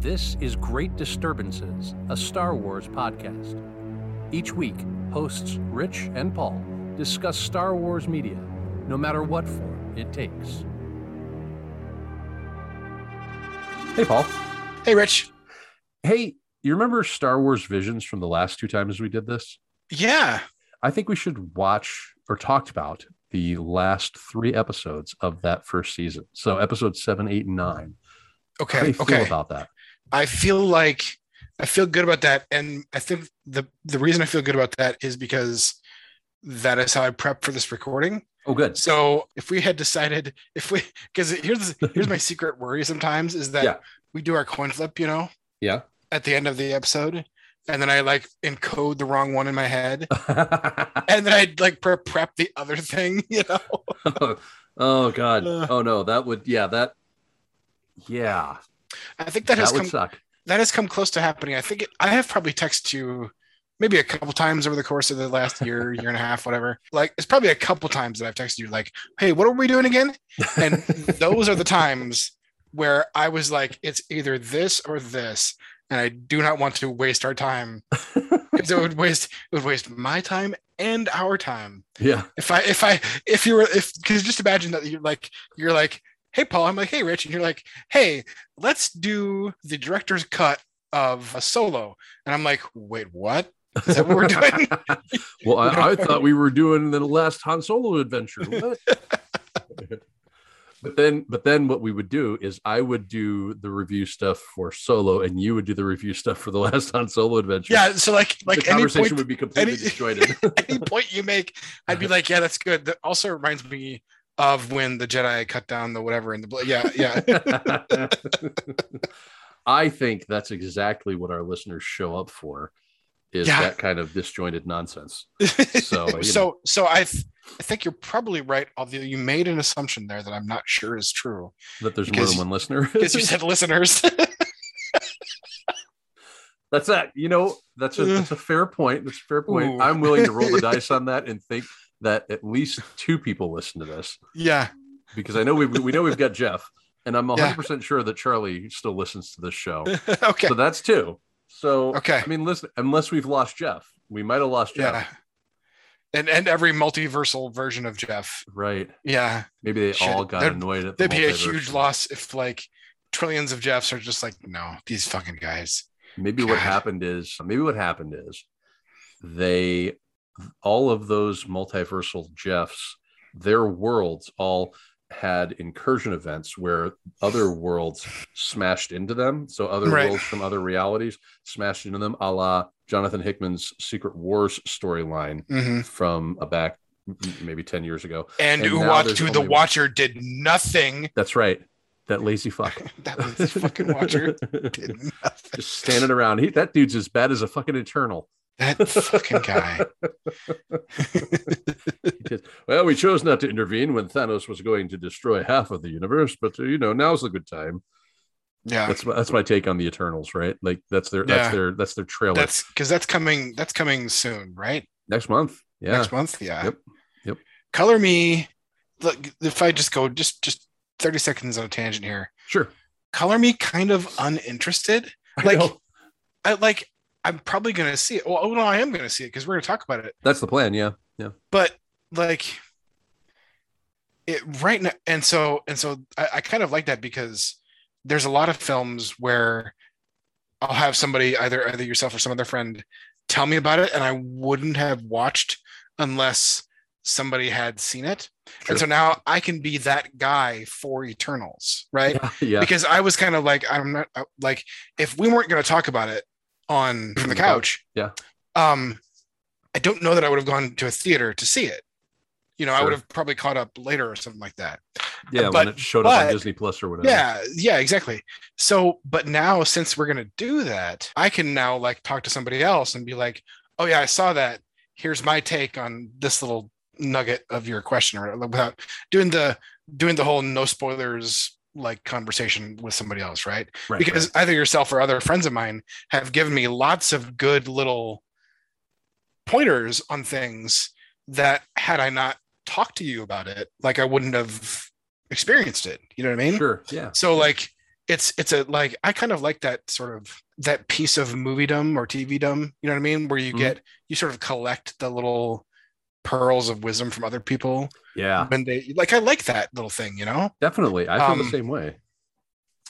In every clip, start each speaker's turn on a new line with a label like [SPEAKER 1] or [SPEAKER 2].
[SPEAKER 1] This is Great Disturbances, a Star Wars podcast. Each week, hosts Rich and Paul discuss Star Wars media, no matter what form it takes. Hey, Paul.
[SPEAKER 2] Hey, Rich.
[SPEAKER 1] Hey, you remember Star Wars Visions from the last two times we did this?
[SPEAKER 2] Yeah.
[SPEAKER 1] I think we should watch or talked about the last three episodes of that first season. So episodes seven, eight, and nine. How do
[SPEAKER 2] Okay.
[SPEAKER 1] you feel
[SPEAKER 2] Okay.
[SPEAKER 1] about that?
[SPEAKER 2] I feel like I feel good about that, and I think the the reason I feel good about that is because that is how I prep for this recording.
[SPEAKER 1] Oh, good.
[SPEAKER 2] So if we had decided, if we because here's here's my secret worry sometimes is that
[SPEAKER 1] Yeah.
[SPEAKER 2] we do our coin flip, you know,
[SPEAKER 1] Yeah.
[SPEAKER 2] at the end of the episode, and then I like encode the wrong one in my head, and then I'd like pre- prep the other thing, you know.
[SPEAKER 1] oh God.
[SPEAKER 2] Uh.
[SPEAKER 1] oh no, that would yeah that yeah
[SPEAKER 2] I think that,
[SPEAKER 1] that,
[SPEAKER 2] has
[SPEAKER 1] would
[SPEAKER 2] come
[SPEAKER 1] suck.
[SPEAKER 2] that has come close to happening. I think it, I have probably texted you maybe a couple times over the course of the last year, year and a half, whatever. Like it's probably a couple times that I've texted you like, "Hey, what are we doing again?" And those are the times where I was like, "It's either this or this," and I do not want to waste our time because it would waste it would waste my time and our time.
[SPEAKER 1] Yeah.
[SPEAKER 2] If I if I if you were if because just imagine that you're like you're like hey Paul I'm like hey Rich and you're like hey let's do the director's cut of a solo and I'm like wait what is that what we're doing
[SPEAKER 1] Well, I, I thought we were doing the last Han Solo adventure. What? but then, but then, what we would do is I would do the review stuff for Solo, and you would do the review stuff for the last Han Solo adventure.
[SPEAKER 2] yeah so like
[SPEAKER 1] the
[SPEAKER 2] like any
[SPEAKER 1] conversation
[SPEAKER 2] point
[SPEAKER 1] would be completely
[SPEAKER 2] any-
[SPEAKER 1] disjointed.
[SPEAKER 2] any point you make I'd be like yeah that's good that also reminds me of when the Jedi cut down the whatever in the bl- yeah yeah
[SPEAKER 1] I think that's exactly what our listeners show up for is
[SPEAKER 2] Yeah.
[SPEAKER 1] that kind of disjointed nonsense. So, you know.
[SPEAKER 2] so so I th- I think you're probably right although you made an assumption there that I'm not sure is true
[SPEAKER 1] that there's
[SPEAKER 2] Because-
[SPEAKER 1] more than one listener.
[SPEAKER 2] because you said listeners.
[SPEAKER 1] that's that. You know, that's a
[SPEAKER 2] Uh.
[SPEAKER 1] that's a fair point. That's a fair point.
[SPEAKER 2] Ooh.
[SPEAKER 1] I'm willing to roll the dice on that and think that at least two people listen to this
[SPEAKER 2] Yeah.
[SPEAKER 1] because I know we we know we've got Jeff and I'm 100
[SPEAKER 2] Yeah.
[SPEAKER 1] percent sure that Charlie still listens to this show.
[SPEAKER 2] okay.
[SPEAKER 1] So that's two. So
[SPEAKER 2] okay.
[SPEAKER 1] I mean, listen, unless we've lost Jeff, we might have lost Jeff.
[SPEAKER 2] Yeah. And and every multiversal version of Jeff.
[SPEAKER 1] Right.
[SPEAKER 2] Yeah.
[SPEAKER 1] Maybe they
[SPEAKER 2] Should-
[SPEAKER 1] all got
[SPEAKER 2] there'd-
[SPEAKER 1] annoyed at the
[SPEAKER 2] That'd be a
[SPEAKER 1] multiverse.
[SPEAKER 2] huge loss if like trillions of Jeffs are just like, no, these fucking guys.
[SPEAKER 1] Maybe what
[SPEAKER 2] God.
[SPEAKER 1] happened is maybe what happened is they all of those multiversal Jeffs, their worlds all had incursion events where other worlds smashed into them. So other
[SPEAKER 2] Right.
[SPEAKER 1] worlds from other realities smashed into them, a la Jonathan Hickman's Secret Wars storyline
[SPEAKER 2] Mhm.
[SPEAKER 1] from uh, back maybe 10 years ago.
[SPEAKER 2] And,
[SPEAKER 1] And
[SPEAKER 2] who
[SPEAKER 1] now
[SPEAKER 2] watched
[SPEAKER 1] there's
[SPEAKER 2] who the
[SPEAKER 1] only one.
[SPEAKER 2] watcher did nothing.
[SPEAKER 1] That's right. That lazy fuck.
[SPEAKER 2] That was the fucking watcher did nothing.
[SPEAKER 1] Just standing around. He, that dude's as bad as a fucking eternal.
[SPEAKER 2] That fucking guy.
[SPEAKER 1] Yes. Well, we chose not to intervene when Thanos was going to destroy half of the universe, but uh, you know, now's a good time.
[SPEAKER 2] Yeah.
[SPEAKER 1] That's my, that's my take on the Eternals, right? Like that's their that's
[SPEAKER 2] Yeah.
[SPEAKER 1] their that's their trailer
[SPEAKER 2] That's because that's coming that's coming soon, right?
[SPEAKER 1] next month. Yeah,
[SPEAKER 2] next month. Yeah.
[SPEAKER 1] Yep. Yep.
[SPEAKER 2] Color me. Look, if I just go just just thirty seconds on a tangent here.
[SPEAKER 1] sure.
[SPEAKER 2] Color me kind of uninterested.
[SPEAKER 1] I
[SPEAKER 2] Like
[SPEAKER 1] know.
[SPEAKER 2] I like I'm probably gonna see it. Well, oh no, I am gonna see it because we're gonna talk about it.
[SPEAKER 1] that's the plan. Yeah,
[SPEAKER 2] But like it right now, and so and so I, I kind of like that because there's a lot of films where I'll have somebody either either yourself or some other friend tell me about it, and I wouldn't have watched unless somebody had seen it.
[SPEAKER 1] Sure.
[SPEAKER 2] And so now I can be that guy for Eternals, right?
[SPEAKER 1] yeah, yeah.
[SPEAKER 2] Because I was kind of like, I'm not I- uh, like, if we weren't going to talk about it on from the
[SPEAKER 1] Yeah.
[SPEAKER 2] couch,
[SPEAKER 1] Yeah.
[SPEAKER 2] um, I don't know that I would have gone to a theater to see it. You know, I
[SPEAKER 1] Sure.
[SPEAKER 2] would have probably caught up later or something like that.
[SPEAKER 1] yeah when
[SPEAKER 2] but-
[SPEAKER 1] it showed up on
[SPEAKER 2] but-
[SPEAKER 1] Disney Plus or whatever.
[SPEAKER 2] Yeah, yeah, exactly. So, but now since we're gonna do that, I can now like talk to somebody else and be like, "Oh yeah, I saw that. Here's my take on this little nugget of your question," or without doing the doing the whole no spoilers like conversation with somebody else, right?
[SPEAKER 1] right,
[SPEAKER 2] because either yourself or other friends of mine have given me lots of good little pointers on things that had I not talked to you about it, like I wouldn't have experienced it. You know what I
[SPEAKER 1] right.
[SPEAKER 2] mean?
[SPEAKER 1] sure, yeah,
[SPEAKER 2] So like it's it's a like I kind of like that sort of that piece of moviedom or TVdom, you know what I mean, where you
[SPEAKER 1] Mhm.
[SPEAKER 2] get you sort of collect the little pearls of wisdom from other people
[SPEAKER 1] Yeah,
[SPEAKER 2] when they like I like that little thing, you know?
[SPEAKER 1] definitely. I feel
[SPEAKER 2] Um,
[SPEAKER 1] the same way.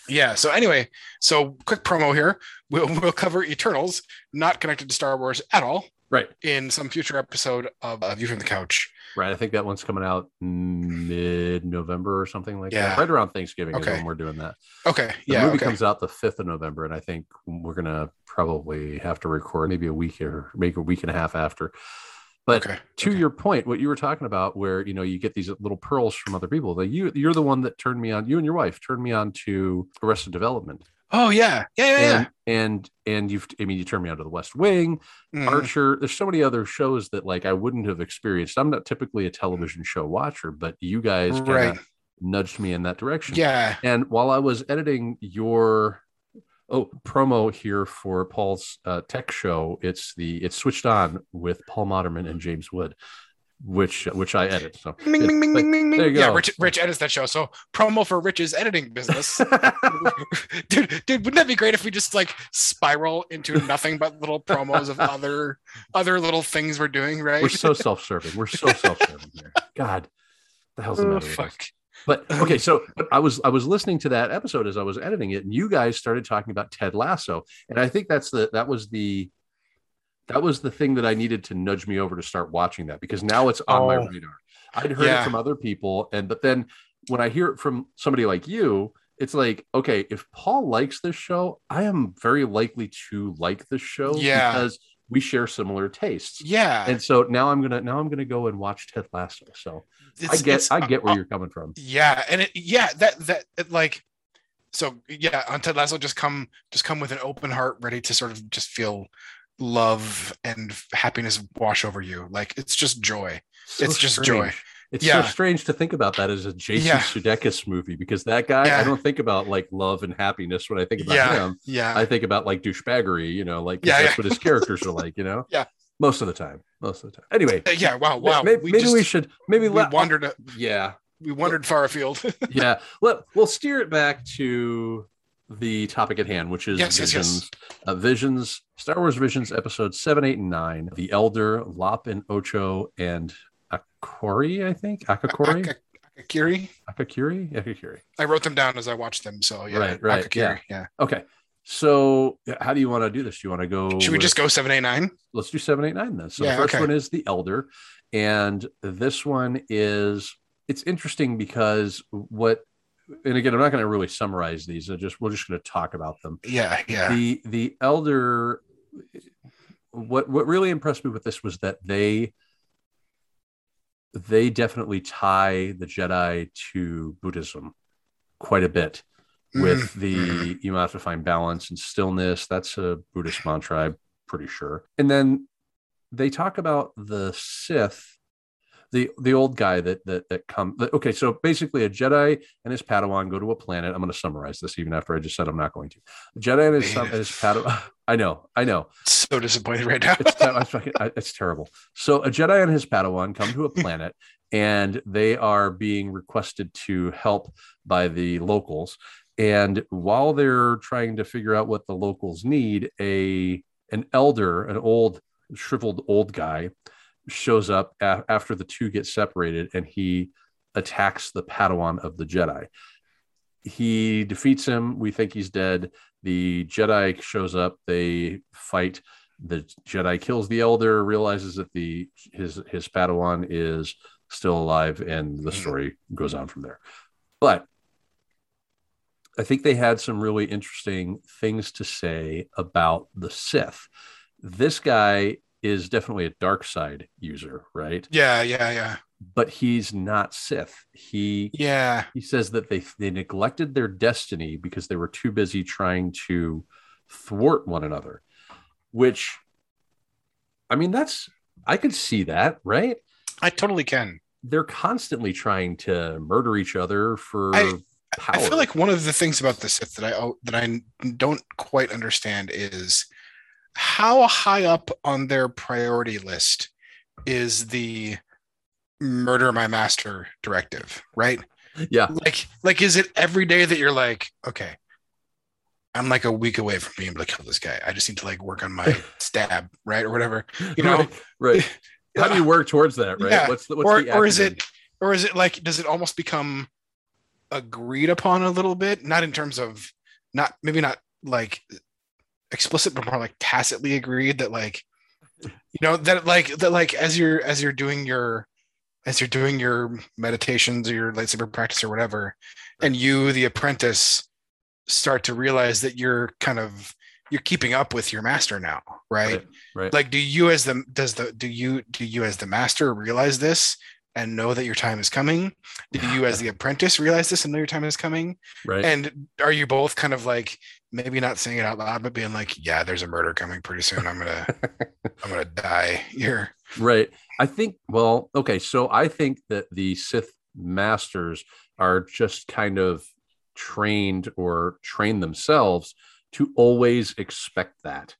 [SPEAKER 2] Yeah. So anyway, so quick promo here. We'll we'll cover Eternals, not connected to Star Wars at all,
[SPEAKER 1] Right,
[SPEAKER 2] in some future episode of uh, View from the Couch.
[SPEAKER 1] right. I think that one's coming out mid November or something like
[SPEAKER 2] Yeah.
[SPEAKER 1] that. Right around Thanksgiving
[SPEAKER 2] Okay.
[SPEAKER 1] is when we're doing that.
[SPEAKER 2] Okay.
[SPEAKER 1] The
[SPEAKER 2] yeah.
[SPEAKER 1] movie
[SPEAKER 2] Okay.
[SPEAKER 1] comes out the fifth of November, and I think we're gonna probably have to record maybe a week or maybe a week and a half after. But
[SPEAKER 2] okay.
[SPEAKER 1] to your point, what you were talking about, where you know you get these little pearls from other people, that you you're the one that turned me on. You and your wife turned me on to Arrested Development,
[SPEAKER 2] Oh yeah. Yeah. Yeah. yeah.
[SPEAKER 1] and and and you've I mean you turned me on to The West Wing,
[SPEAKER 2] Mhm.
[SPEAKER 1] Archer. There's so many other shows that like I wouldn't have experienced. I'm not typically a television show watcher, but you guys kinda
[SPEAKER 2] Right.
[SPEAKER 1] nudged me in that direction.
[SPEAKER 2] Yeah.
[SPEAKER 1] And while I was editing your oh promo here for Paul's uh, tech show, it's the it's switched on with Paul Moderman and James Wood, which which I edit. So
[SPEAKER 2] Ming, ming, ming, ming, ming, ming.
[SPEAKER 1] There you
[SPEAKER 2] Yeah,
[SPEAKER 1] go.
[SPEAKER 2] Rich, Rich edits that show. So promo for Rich's editing business. dude, dude, wouldn't that be great if we just like spiral into nothing but little promos of other other little things we're doing, right?
[SPEAKER 1] We're so self-serving. We're so self-serving here. God, the hell's the
[SPEAKER 2] oh,
[SPEAKER 1] matter with us?
[SPEAKER 2] fuck.
[SPEAKER 1] But okay, so but I was I was listening to that episode as I was editing it, and you guys started talking about Ted Lasso, and I think that's the that was the that was the thing that I needed to nudge me over to start watching that because now it's on my
[SPEAKER 2] Oh.
[SPEAKER 1] radar. I'd heard
[SPEAKER 2] Yeah.
[SPEAKER 1] it from other people, and but then when I hear it from somebody like you, it's like okay, if Paul likes this show, I am very likely to like this show
[SPEAKER 2] Yeah.
[SPEAKER 1] because we share similar tastes.
[SPEAKER 2] Yeah.
[SPEAKER 1] And so now I'm gonna now I'm gonna go and watch Ted Lasso. So
[SPEAKER 2] It's-
[SPEAKER 1] I get
[SPEAKER 2] it's-
[SPEAKER 1] I get where you're coming from.
[SPEAKER 2] Yeah, and it yeah, that that it, like so yeah, on Ted Lasso just come just come with an open heart ready to sort of just feel love and happiness wash over you. Like it's just joy.
[SPEAKER 1] So
[SPEAKER 2] It's just joy.
[SPEAKER 1] strange. It's
[SPEAKER 2] Yeah.
[SPEAKER 1] so strange to think about that as a Jason
[SPEAKER 2] Yeah.
[SPEAKER 1] Sudeikis movie because that guy,
[SPEAKER 2] Yeah.
[SPEAKER 1] I don't think about like love and happiness when I think about
[SPEAKER 2] Yeah.
[SPEAKER 1] him.
[SPEAKER 2] Yeah.
[SPEAKER 1] I think about like douchebaggery, you know, like 'cause
[SPEAKER 2] Yeah,
[SPEAKER 1] that's what
[SPEAKER 2] yeah.
[SPEAKER 1] his characters are like, you know.
[SPEAKER 2] Yeah.
[SPEAKER 1] most of the time, most of the time. Anyway,
[SPEAKER 2] Uh, yeah, wow, wow.
[SPEAKER 1] maybe,
[SPEAKER 2] we
[SPEAKER 1] maybe
[SPEAKER 2] just,
[SPEAKER 1] we should maybe
[SPEAKER 2] we
[SPEAKER 1] let
[SPEAKER 2] wandered uh,
[SPEAKER 1] yeah
[SPEAKER 2] we wandered far afield.
[SPEAKER 1] yeah let we'll steer it back to the topic at hand, which is
[SPEAKER 2] Yes, yes, yes.
[SPEAKER 1] visions. Uh, visions, Star Wars Visions, episodes seven, eight, and nine. The Elder, Lop and Ocho, and Akori, I think Akakori.
[SPEAKER 2] Ak- Ak- Akakiri.
[SPEAKER 1] Akakiri? Akakiri.
[SPEAKER 2] I wrote them down as I watched them. So yeah,
[SPEAKER 1] Right, right,
[SPEAKER 2] Akakiri, yeah.
[SPEAKER 1] Okay. So how do you want to do this? Do you want to go?
[SPEAKER 2] Should we
[SPEAKER 1] with-
[SPEAKER 2] just go seven eight nine?
[SPEAKER 1] Let's do seven, eight, nine then. So
[SPEAKER 2] Yeah,
[SPEAKER 1] the first
[SPEAKER 2] okay.
[SPEAKER 1] one is the elder, and this one is it's interesting because what, and again, I'm not going to really summarize these. I just we're just going to talk about them.
[SPEAKER 2] Yeah, yeah.
[SPEAKER 1] The the elder, what what really impressed me with this was that they they definitely tie the Jedi to Buddhism quite a bit
[SPEAKER 2] Mm,
[SPEAKER 1] with the you have to find balance and stillness. That's a Buddhist mantra, I'm pretty sure. And then they talk about the Sith, the the old guy that that that come. that- okay, so basically, a Jedi and his Padawan go to a planet. I'm going to summarize this, even after I just said I'm not going to. A Jedi and his,
[SPEAKER 2] Man.
[SPEAKER 1] his Padawan. I know, I know
[SPEAKER 2] so disappointed right now.
[SPEAKER 1] it's, ter- I fucking- I- it's terrible. So a Jedi and his Padawan come to a planet, and they are being requested to help by the locals. And while they're trying to figure out what the locals need, a an elder, an old shriveled old guy, shows up a- after the two get separated, and he attacks the Padawan of the Jedi. He defeats him. We think he's dead. The Jedi shows up. They fight the Jedi kills the elder, realizes that the his his Padawan is still alive, and the story goes on from there. But I think they had some really interesting things to say about the Sith. This guy is definitely a dark side user, right?
[SPEAKER 2] yeah, yeah, yeah.
[SPEAKER 1] But he's not Sith. He
[SPEAKER 2] Yeah.
[SPEAKER 1] he says that they they neglected their destiny because they were too busy trying to thwart one another which i mean that's i could see that right
[SPEAKER 2] I totally can.
[SPEAKER 1] they're constantly trying to murder each other for
[SPEAKER 2] I-
[SPEAKER 1] power
[SPEAKER 2] I feel like one of the things about the Sith that I oh, that I don't quite understand is how high up on their priority list is the murder my master directive, right?
[SPEAKER 1] yeah
[SPEAKER 2] Like like is it every day that you're like, okay, I'm like a week away from being able to kill this guy. I just need to like work on my stab, right, or whatever. You know,
[SPEAKER 1] right, right. How do you work towards that? Right.
[SPEAKER 2] Yeah.
[SPEAKER 1] What's the, what's
[SPEAKER 2] or
[SPEAKER 1] the
[SPEAKER 2] or is
[SPEAKER 1] acumen?
[SPEAKER 2] it or is it like does it almost become agreed upon a little bit? Not in terms of not maybe not like explicit, but more like tacitly agreed that like you know that like that like as you're as you're doing your as you're doing your meditations or your lightsaber practice or whatever, and you the apprentice start to realize that you're kind of you're keeping up with your master now, right?
[SPEAKER 1] right?
[SPEAKER 2] like do you as the does the do you do you as the master realize this and know that your time is coming do you as the apprentice realize this and know your time is coming
[SPEAKER 1] right.
[SPEAKER 2] and are you both kind of like maybe not saying it out loud but being like yeah there's a murder coming pretty soon i'm gonna i'm gonna die here
[SPEAKER 1] Right. I think, well, okay. So I think that the Sith masters are just kind of trained or train themselves to always expect that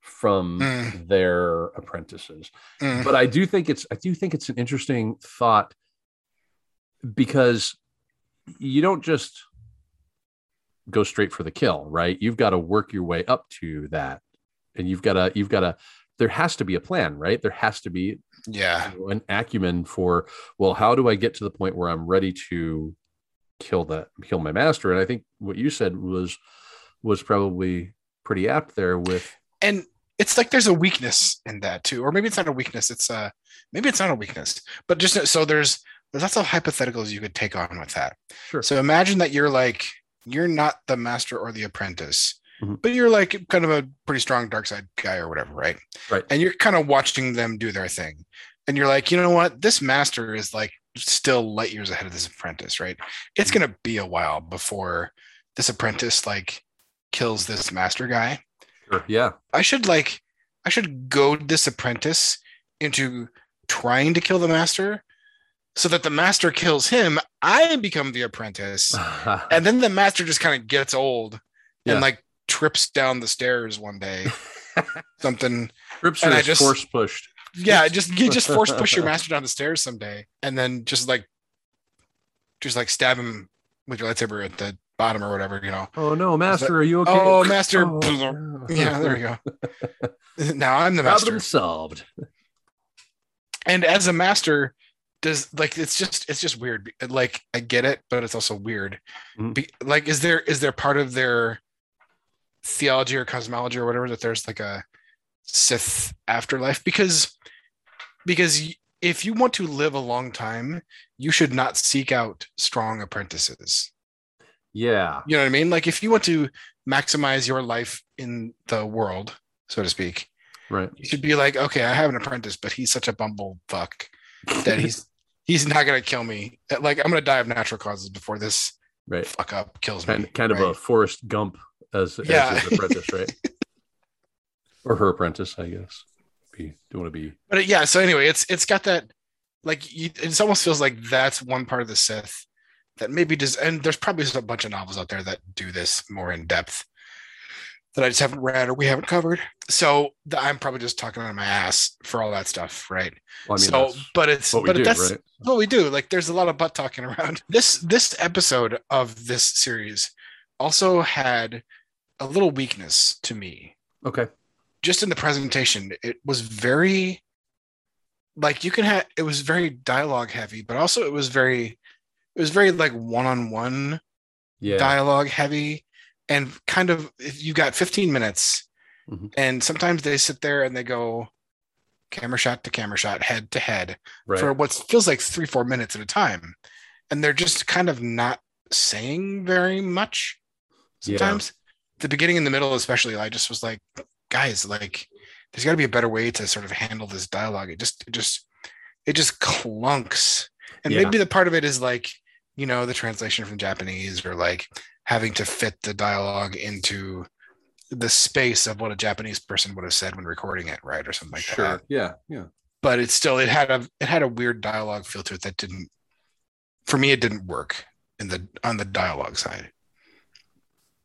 [SPEAKER 1] from
[SPEAKER 2] Mm.
[SPEAKER 1] their apprentices.
[SPEAKER 2] Mm,
[SPEAKER 1] But I do think it's, I do think it's an interesting thought because you don't just go straight for the kill, right? You've got to work your way up to that. And you've got to, you've got to, there has to be a plan, right? There has to be
[SPEAKER 2] yeah
[SPEAKER 1] you know, an acumen for well how do i get to the point where i'm ready to kill that kill my master and i think what you said was was probably pretty apt there with
[SPEAKER 2] and it's like there's a weakness in that too or maybe it's not a weakness it's uh maybe it's not a weakness but just so there's there's lots of hypotheticals you could take on with that
[SPEAKER 1] sure
[SPEAKER 2] So imagine that you're like you're not the master or the apprentice,
[SPEAKER 1] Mhm.
[SPEAKER 2] but you're like kind of a pretty strong dark side guy or whatever, right?
[SPEAKER 1] Right.
[SPEAKER 2] And you're kind of watching them do their thing. And you're like, you know what? This master is like still light years ahead of this apprentice, right? It's
[SPEAKER 1] Mm-hmm.
[SPEAKER 2] gonna be a while before this apprentice like kills this master guy.
[SPEAKER 1] sure yeah
[SPEAKER 2] I should like I should goad this apprentice into trying to kill the master so that the master kills him. I become the apprentice and then the master just kind of gets old
[SPEAKER 1] Yeah.
[SPEAKER 2] and like trips down the stairs one day something
[SPEAKER 1] trips
[SPEAKER 2] and I
[SPEAKER 1] are
[SPEAKER 2] just-
[SPEAKER 1] force pushed
[SPEAKER 2] yeah just you just force push your master down the stairs someday and then just like just like stab him with your lightsaber at the bottom or whatever you know
[SPEAKER 1] oh no master are you okay
[SPEAKER 2] oh master
[SPEAKER 1] Oh,
[SPEAKER 2] yeah there you go now i'm the master
[SPEAKER 1] problem solved
[SPEAKER 2] and as a master does like it's just it's just weird like i get it but it's also weird
[SPEAKER 1] Mhm.
[SPEAKER 2] Be, like is there is there part of their theology or cosmology or whatever that there's like a sith afterlife because because y- if you want to live a long time you should not seek out strong apprentices
[SPEAKER 1] yeah
[SPEAKER 2] you know what i mean like if you want to maximize your life in the world so to speak
[SPEAKER 1] right
[SPEAKER 2] you should be like, okay, I have an apprentice, but he's such a bumble fuck that he's he's not gonna kill me. Like I'm gonna die of natural causes before this
[SPEAKER 1] right
[SPEAKER 2] fuck up kills me.
[SPEAKER 1] kind, kind of a
[SPEAKER 2] right?
[SPEAKER 1] Forrest Gump as,
[SPEAKER 2] Yeah.
[SPEAKER 1] as his apprentice, right? or her apprentice, I guess. Be, do want to be
[SPEAKER 2] But it- yeah, so anyway, it's it's got that like you, it almost feels like that's one part of the Sith that maybe does. And there's probably a bunch of novels out there that do this more in depth that I just haven't read or we haven't covered. So the, I'm probably just talking out of my ass for all that stuff, right?
[SPEAKER 1] Well, I mean,
[SPEAKER 2] so,
[SPEAKER 1] that's
[SPEAKER 2] but it's
[SPEAKER 1] what we
[SPEAKER 2] but
[SPEAKER 1] do,
[SPEAKER 2] that's
[SPEAKER 1] right?
[SPEAKER 2] what we do. Like there's a lot of butt talking around. This this episode of this series also had a little weakness to me.
[SPEAKER 1] Okay.
[SPEAKER 2] Just in the presentation, it was very like you can have it was very dialogue heavy, but also it was very it was very like one-on-one
[SPEAKER 1] Yeah.
[SPEAKER 2] dialogue heavy and kind of if you got 15 minutes
[SPEAKER 1] Mhm.
[SPEAKER 2] and sometimes they sit there and they go camera shot to camera shot head to head
[SPEAKER 1] right.
[SPEAKER 2] for what feels like three, four minutes at a time. And they're just kind of not saying very much
[SPEAKER 1] Yeah.
[SPEAKER 2] sometimes. The beginning and the middle, especially, I just was like, guys, like there's gotta be a better way to sort of handle this dialogue. It just it just it just clunks. And
[SPEAKER 1] Yeah.
[SPEAKER 2] maybe the part of it is like, you know, the translation from Japanese or like having to fit the dialogue into the space of what a Japanese person would have said when recording it, right? Or something like
[SPEAKER 1] sure.
[SPEAKER 2] that
[SPEAKER 1] Yeah. Yeah.
[SPEAKER 2] but it still it had a it had a weird dialogue feel to it that didn't for me it didn't work in the on the dialogue side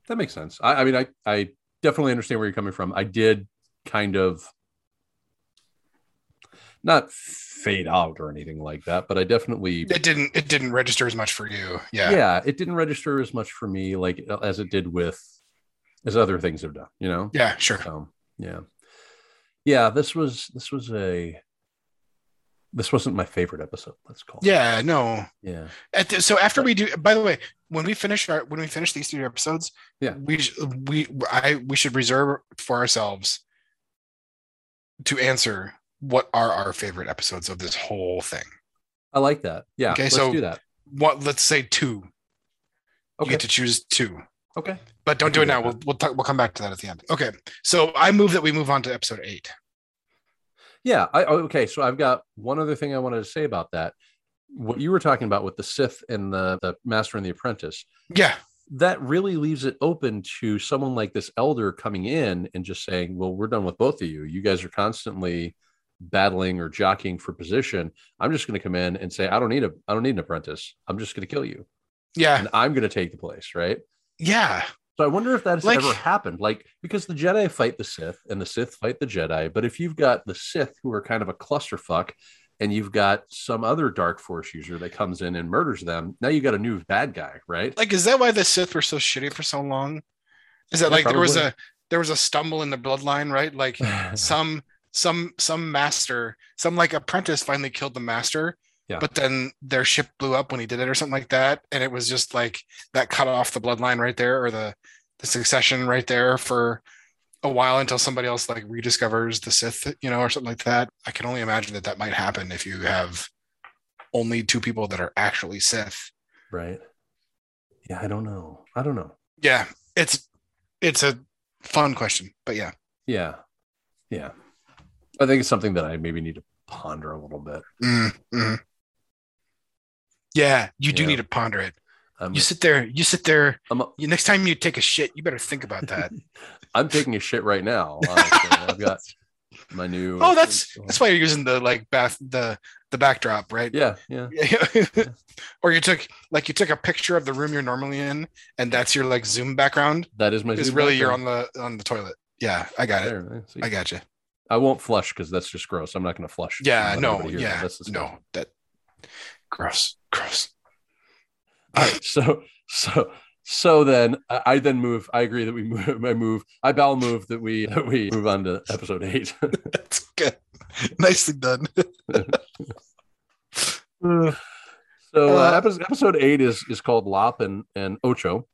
[SPEAKER 1] That makes sense. I, I mean, I, I definitely understand where you're coming from. I did kind of not fade out or anything like that, but I definitely
[SPEAKER 2] it didn't it didn't register as much for you yeah
[SPEAKER 1] yeah. it didn't register as much for me like as it did with as other things have done, you know?
[SPEAKER 2] Yeah, sure.
[SPEAKER 1] Um, yeah. Yeah, this was this was a this wasn't my favorite episode, let's call it.
[SPEAKER 2] Yeah, no.
[SPEAKER 1] Yeah.
[SPEAKER 2] At the, so after we do, by the way, when we finish our when we finish these three episodes,
[SPEAKER 1] Yeah.
[SPEAKER 2] we sh- we I we should reserve for ourselves to answer what are our favorite episodes of this whole thing.
[SPEAKER 1] I like that. Yeah.
[SPEAKER 2] Okay,
[SPEAKER 1] let's
[SPEAKER 2] so-
[SPEAKER 1] do that.
[SPEAKER 2] What let's say two. You
[SPEAKER 1] Okay.
[SPEAKER 2] get to choose two,
[SPEAKER 1] okay.
[SPEAKER 2] but don't
[SPEAKER 1] I
[SPEAKER 2] do
[SPEAKER 1] can
[SPEAKER 2] it
[SPEAKER 1] do
[SPEAKER 2] now.
[SPEAKER 1] that.
[SPEAKER 2] We'll we'll talk, we'll come back to that at the end. Okay, so I move that we move on to episode eight.
[SPEAKER 1] Yeah. I oh, okay. So I've got one other thing I wanted to say about that. What you were talking about with the Sith and the, the Master and the Apprentice,
[SPEAKER 2] Yeah,
[SPEAKER 1] that really leaves it open to someone like this elder coming in and just saying, Well, we're done with both of you. You guys are constantly battling or jockeying for position. I'm just gonna come in and say, I don't need a I don't need an apprentice. I'm just gonna kill you.
[SPEAKER 2] yeah,
[SPEAKER 1] And I'm gonna take the place, right?
[SPEAKER 2] yeah,
[SPEAKER 1] So I wonder if that's
[SPEAKER 2] Like-
[SPEAKER 1] ever happened. Like because the Jedi fight the Sith and the Sith fight the Jedi, but if you've got the Sith who are kind of a clusterfuck and you've got some other dark force user that comes in and murders them, now you got a new bad guy, right?
[SPEAKER 2] like is that why the Sith were so shitty for so long? Is that
[SPEAKER 1] Yeah,
[SPEAKER 2] like there was
[SPEAKER 1] probably.
[SPEAKER 2] a there was a stumble in the bloodline, right? Like
[SPEAKER 1] Uh-huh.
[SPEAKER 2] some some some master some like apprentice finally killed the master
[SPEAKER 1] Yeah.
[SPEAKER 2] but then their ship blew up when he did it or something like that and it was just like that cut off the bloodline right there or the the succession right there for a while until somebody else like rediscovers the sith you know or something like that i can only imagine that that might happen if you have only two people that are actually sith
[SPEAKER 1] right? Yeah, I don't know. I don't know.
[SPEAKER 2] yeah it's it's a fun question but yeah
[SPEAKER 1] Yeah, yeah. I think it's something that I maybe need to ponder a little bit.
[SPEAKER 2] Mm, mhm. yeah you do
[SPEAKER 1] Yeah.
[SPEAKER 2] need to ponder it
[SPEAKER 1] I'm,
[SPEAKER 2] You sit there. You sit there.
[SPEAKER 1] I'm,
[SPEAKER 2] You, next time you take a shit, you better think about that.
[SPEAKER 1] I'm taking a shit right now. honestly. I've got my new.
[SPEAKER 2] oh, that's that's why you're using the like bath the the backdrop, right?
[SPEAKER 1] yeah, yeah,
[SPEAKER 2] or you took like you took a picture of the room you're normally in, and that's your like Zoom background.
[SPEAKER 1] that is my.
[SPEAKER 2] Is
[SPEAKER 1] Zoom
[SPEAKER 2] really you're on
[SPEAKER 1] background.
[SPEAKER 2] the on the toilet. Yeah, I got it.
[SPEAKER 1] There, I see.
[SPEAKER 2] I got you.
[SPEAKER 1] I won't flush because that's just gross. I'm not going to flush.
[SPEAKER 2] Yeah,
[SPEAKER 1] Let
[SPEAKER 2] no,
[SPEAKER 1] everybody hear that.
[SPEAKER 2] yeah,
[SPEAKER 1] That's disgusting.
[SPEAKER 2] no, that gross, gross.
[SPEAKER 1] All right, so so so then I, I then move. I agree that we move. I move. I bowel move that we that we move on to episode eight.
[SPEAKER 2] That's good. Nicely done.
[SPEAKER 1] So uh,
[SPEAKER 2] Uh,
[SPEAKER 1] episode, episode eight is is called Lop and and Ocho.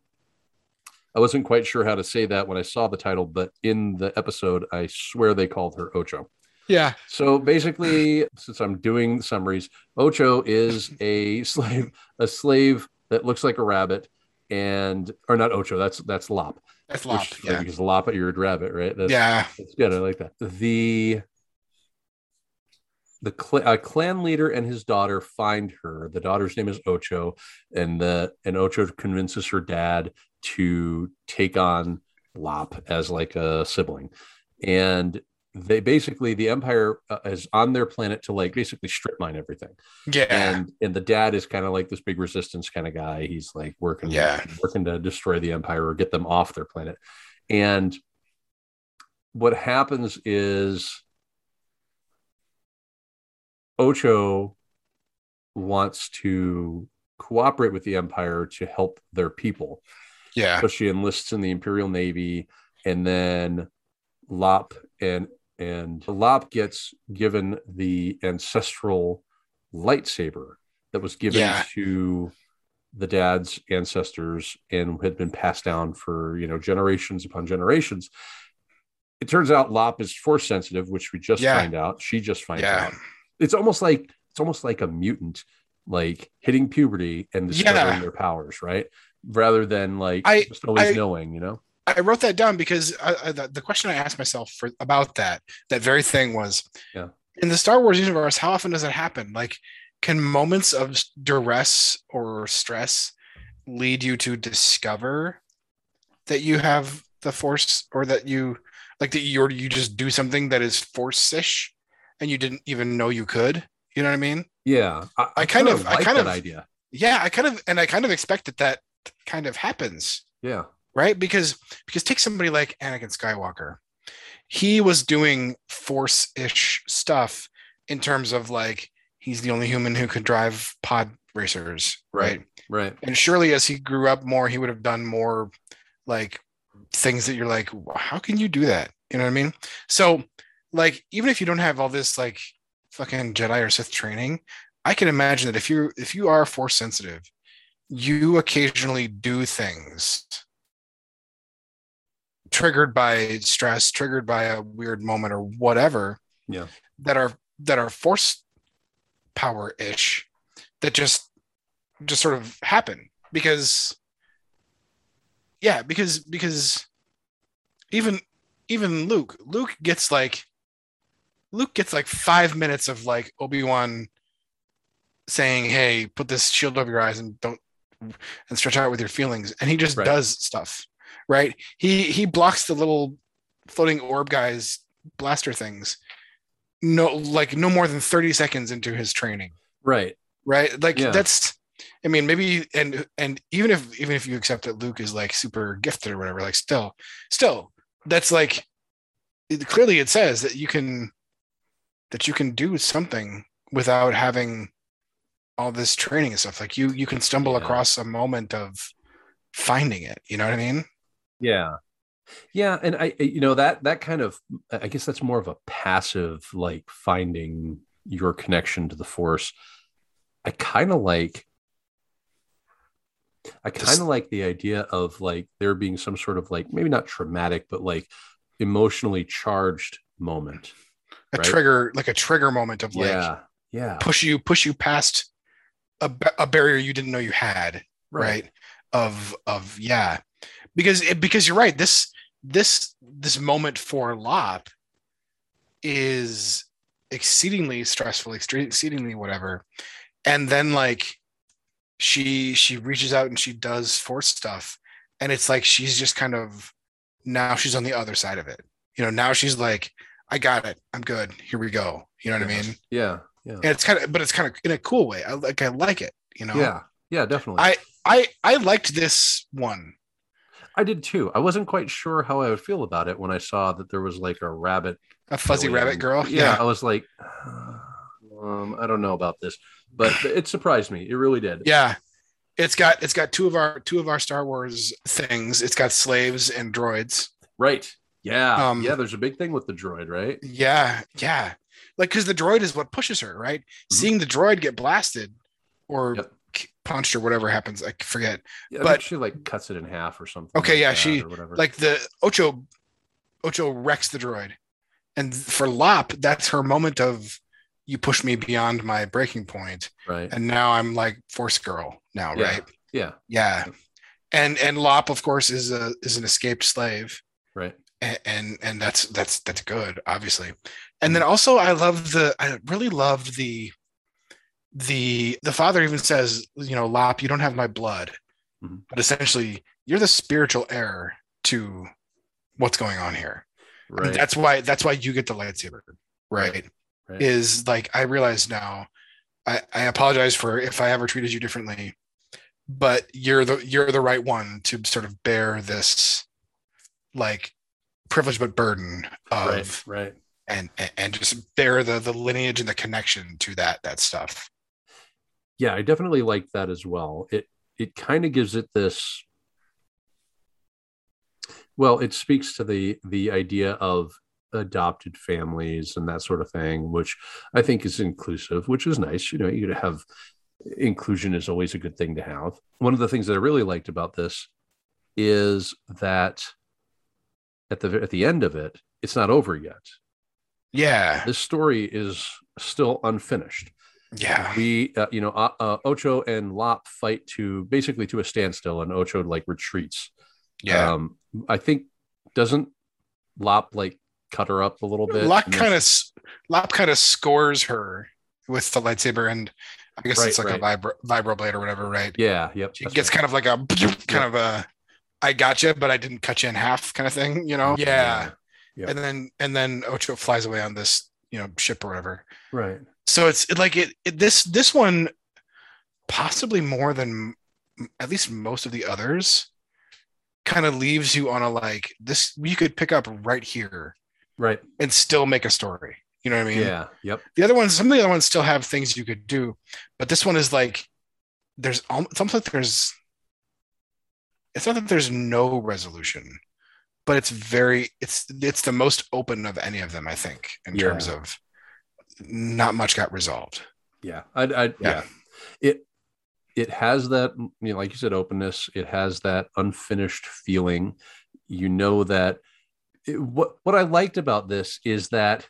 [SPEAKER 1] I wasn't quite sure how to say that when I saw the title, but in the episode, I swear they called her Ocho.
[SPEAKER 2] yeah,
[SPEAKER 1] So basically, since I'm doing summaries, Ocho is a slave, a slave that looks like a rabbit, and or not Ocho. That's that's Lop,
[SPEAKER 2] that's
[SPEAKER 1] which-
[SPEAKER 2] lopped. Yeah,
[SPEAKER 1] because Lop at your rabbit, right? That's,
[SPEAKER 2] yeah,
[SPEAKER 1] that's good. I like that. The the cl- uh, clan leader and his daughter find her. The daughter's name is Ocho, and the and Ocho convinces her dad to take on Lop as like a sibling, and they basically the Empire uh, is on their planet to like basically strip mine everything
[SPEAKER 2] yeah.
[SPEAKER 1] and and the dad is kind of like this big resistance kind of guy he's like working
[SPEAKER 2] Yeah.
[SPEAKER 1] working to destroy the empire or get them off their planet and what happens is ocho wants to cooperate with the empire to help their people
[SPEAKER 2] yeah.
[SPEAKER 1] so she enlists in the Imperial Navy, and then Lop and and Lop gets given the ancestral lightsaber that was given
[SPEAKER 2] Yeah.
[SPEAKER 1] to the dad's ancestors and had been passed down for you know generations upon generations. It turns out Lop is force sensitive, which we just
[SPEAKER 2] Yeah.
[SPEAKER 1] find out. She just finds
[SPEAKER 2] Yeah.
[SPEAKER 1] out. It's almost like it's almost like a mutant, like hitting puberty and discovering
[SPEAKER 2] Yeah.
[SPEAKER 1] their powers, right? rather than like
[SPEAKER 2] I-
[SPEAKER 1] just always
[SPEAKER 2] I-
[SPEAKER 1] knowing, you know?
[SPEAKER 2] I wrote that down because I, I, the the question I asked myself for about that that very thing was,
[SPEAKER 1] Yeah.
[SPEAKER 2] in the Star Wars universe, how often does it happen? Like, can moments of duress or stress lead you to discover that you have the Force, or that you like that you or you just do something that is Force-ish, and you didn't even know you could? You know what I mean?
[SPEAKER 1] Yeah, I,
[SPEAKER 2] I kind
[SPEAKER 1] kinda
[SPEAKER 2] of- I
[SPEAKER 1] like
[SPEAKER 2] kind
[SPEAKER 1] that
[SPEAKER 2] of-
[SPEAKER 1] idea.
[SPEAKER 2] Yeah, I kind of and I kind of expect that that kind of happens.
[SPEAKER 1] Yeah,
[SPEAKER 2] right because because take somebody like anakin skywalker he was doing force-ish stuff in terms of like he's the only human who could drive pod racers right,
[SPEAKER 1] right,
[SPEAKER 2] and surely as he grew up more he would have done more like things that you're like, how can you do that? You know what I mean? So, like, even if you don't have all this like fucking Jedi or Sith training, I can imagine that if you if you are force sensitive, you occasionally do things triggered by stress, triggered by a weird moment or whatever.
[SPEAKER 1] Yeah.
[SPEAKER 2] That are that are force power ish that just just sort of happen because yeah because because even even luke luke gets like luke gets like five minutes of like obi-wan saying hey put this shield over your eyes and don't and stretch out with your feelings and he just
[SPEAKER 1] Right.
[SPEAKER 2] does stuff right he he blocks the little floating orb guys blaster things no like no more than 30 seconds into his training
[SPEAKER 1] Right.
[SPEAKER 2] right like
[SPEAKER 1] Yeah.
[SPEAKER 2] that's i mean maybe and and even if even if you accept that luke is like super gifted or whatever like still still that's like it, clearly it says that you can that you can do something without having all this training and stuff like you you can stumble
[SPEAKER 1] Yeah.
[SPEAKER 2] across a moment of finding it you know what i mean
[SPEAKER 1] Yeah. Yeah, and I I- you know that that kind of I guess that's more of a passive like finding your connection to the force. I kind of like I kind of like the idea of like there being some sort of like maybe not traumatic but like emotionally charged moment.
[SPEAKER 2] a
[SPEAKER 1] Right.
[SPEAKER 2] trigger like a trigger moment of like
[SPEAKER 1] yeah. Yeah.
[SPEAKER 2] push you push you past a, ba- a barrier you didn't know you had right of of yeah because it, because you're right this this this moment for lop is exceedingly stressful extre- exceedingly whatever and then like she she reaches out and she does force stuff and it's like she's just kind of now she's on the other side of it you know now she's like i got it i'm good here we go you know what i mean
[SPEAKER 1] Yeah. Yeah.
[SPEAKER 2] and it's kind of but it's kind of in a cool way i like i like it you know
[SPEAKER 1] Yeah. Yeah, definitely.
[SPEAKER 2] I I liked this one.
[SPEAKER 1] I did too. I wasn't quite sure how I would feel about it when I saw that there was like a rabbit.
[SPEAKER 2] A fuzzy
[SPEAKER 1] going.
[SPEAKER 2] rabbit girl.
[SPEAKER 1] Oh, Yeah, I was like, um, I don't know about this, but it surprised me. It really did.
[SPEAKER 2] Yeah. It's got it's got two of our two of our Star Wars things. It's got slaves and droids.
[SPEAKER 1] Right. Yeah.
[SPEAKER 2] Um,
[SPEAKER 1] yeah. There's a big thing with the droid, right?
[SPEAKER 2] Yeah, yeah. Like cuz the droid is what pushes her, right? Seeing the droid get blasted or
[SPEAKER 1] Mm-hmm. Yep.
[SPEAKER 2] k- punched or whatever happens, I forget.
[SPEAKER 1] Yeah,
[SPEAKER 2] But-
[SPEAKER 1] but she like cuts it in half or something.
[SPEAKER 2] Okay,
[SPEAKER 1] like
[SPEAKER 2] yeah,
[SPEAKER 1] that
[SPEAKER 2] she-
[SPEAKER 1] or whatever.
[SPEAKER 2] Like the Ocho Ocho wrecks the droid. And for Lop, that's her moment of you push me beyond my breaking point
[SPEAKER 1] right.
[SPEAKER 2] and now I'm like force girl now,
[SPEAKER 1] Yeah.
[SPEAKER 2] right?
[SPEAKER 1] yeah.
[SPEAKER 2] Yeah. And and Lop, of course, is a is an escaped slave.
[SPEAKER 1] Right.
[SPEAKER 2] And and, and that's that's that's good, obviously. And then also I love the I really loved the the the father even says, you know, Lop, you don't have my blood.
[SPEAKER 1] Mhm.
[SPEAKER 2] But essentially you're the spiritual heir to what's going on here. And
[SPEAKER 1] Right.
[SPEAKER 2] That's why that's why you get the lightsaber, right?
[SPEAKER 1] Right.
[SPEAKER 2] Is like I realize now. I, I apologize for if I ever treated you differently, but you're the you're the right one to sort of bear this like privilege but burden of
[SPEAKER 1] Right. Right.
[SPEAKER 2] and, and and just bear the the lineage and the connection to that that stuff.
[SPEAKER 1] yeah i definitely like that as well it it kind of gives it this well it speaks to the the idea of adopted families and that sort of thing which i think is inclusive which is nice you know you could have inclusion is always a good thing to have one of the things that i really liked about this is that at the at the end of it it's not over yet
[SPEAKER 2] Yeah.
[SPEAKER 1] this story is still unfinished
[SPEAKER 2] Yeah.
[SPEAKER 1] we uh, you know uh, uh, ocho and lop fight to basically to a standstill and ocho like retreats
[SPEAKER 2] Yeah.
[SPEAKER 1] um i think doesn't lop like cut her up a little bit
[SPEAKER 2] Lop
[SPEAKER 1] And then
[SPEAKER 2] kind of
[SPEAKER 1] she-
[SPEAKER 2] Lop kind of scores her with the lightsaber and I guess it's
[SPEAKER 1] Right,
[SPEAKER 2] like a vibro, vibro blade or whatever, right?
[SPEAKER 1] yeah yep
[SPEAKER 2] She
[SPEAKER 1] that's
[SPEAKER 2] gets
[SPEAKER 1] right.
[SPEAKER 2] kind of like a kind of a I gotcha, but I didn't cut you in half kind of thing, you know? Yeah.
[SPEAKER 1] Yeah.
[SPEAKER 2] And then and then Ocho flies away on this, you know, ship or whatever.
[SPEAKER 1] right
[SPEAKER 2] So it's it, like it, it this this one possibly more than m- at least most of the others kind of leaves you on a like this you could pick up right here
[SPEAKER 1] right
[SPEAKER 2] and still make a story. You know what I mean?
[SPEAKER 1] yeah yep
[SPEAKER 2] the other ones some of the other ones still have things you could do but this one is like there's um, al- it's almost like there's it's not that there's no resolution but it's very it's it's the most open of any of them i think in
[SPEAKER 1] Yeah.
[SPEAKER 2] terms of not much got resolved
[SPEAKER 1] Yeah, I, I yeah.
[SPEAKER 2] Yeah.
[SPEAKER 1] it it has that you know, like you said, openness. It has that unfinished feeling. You know that it, what what I liked about this is that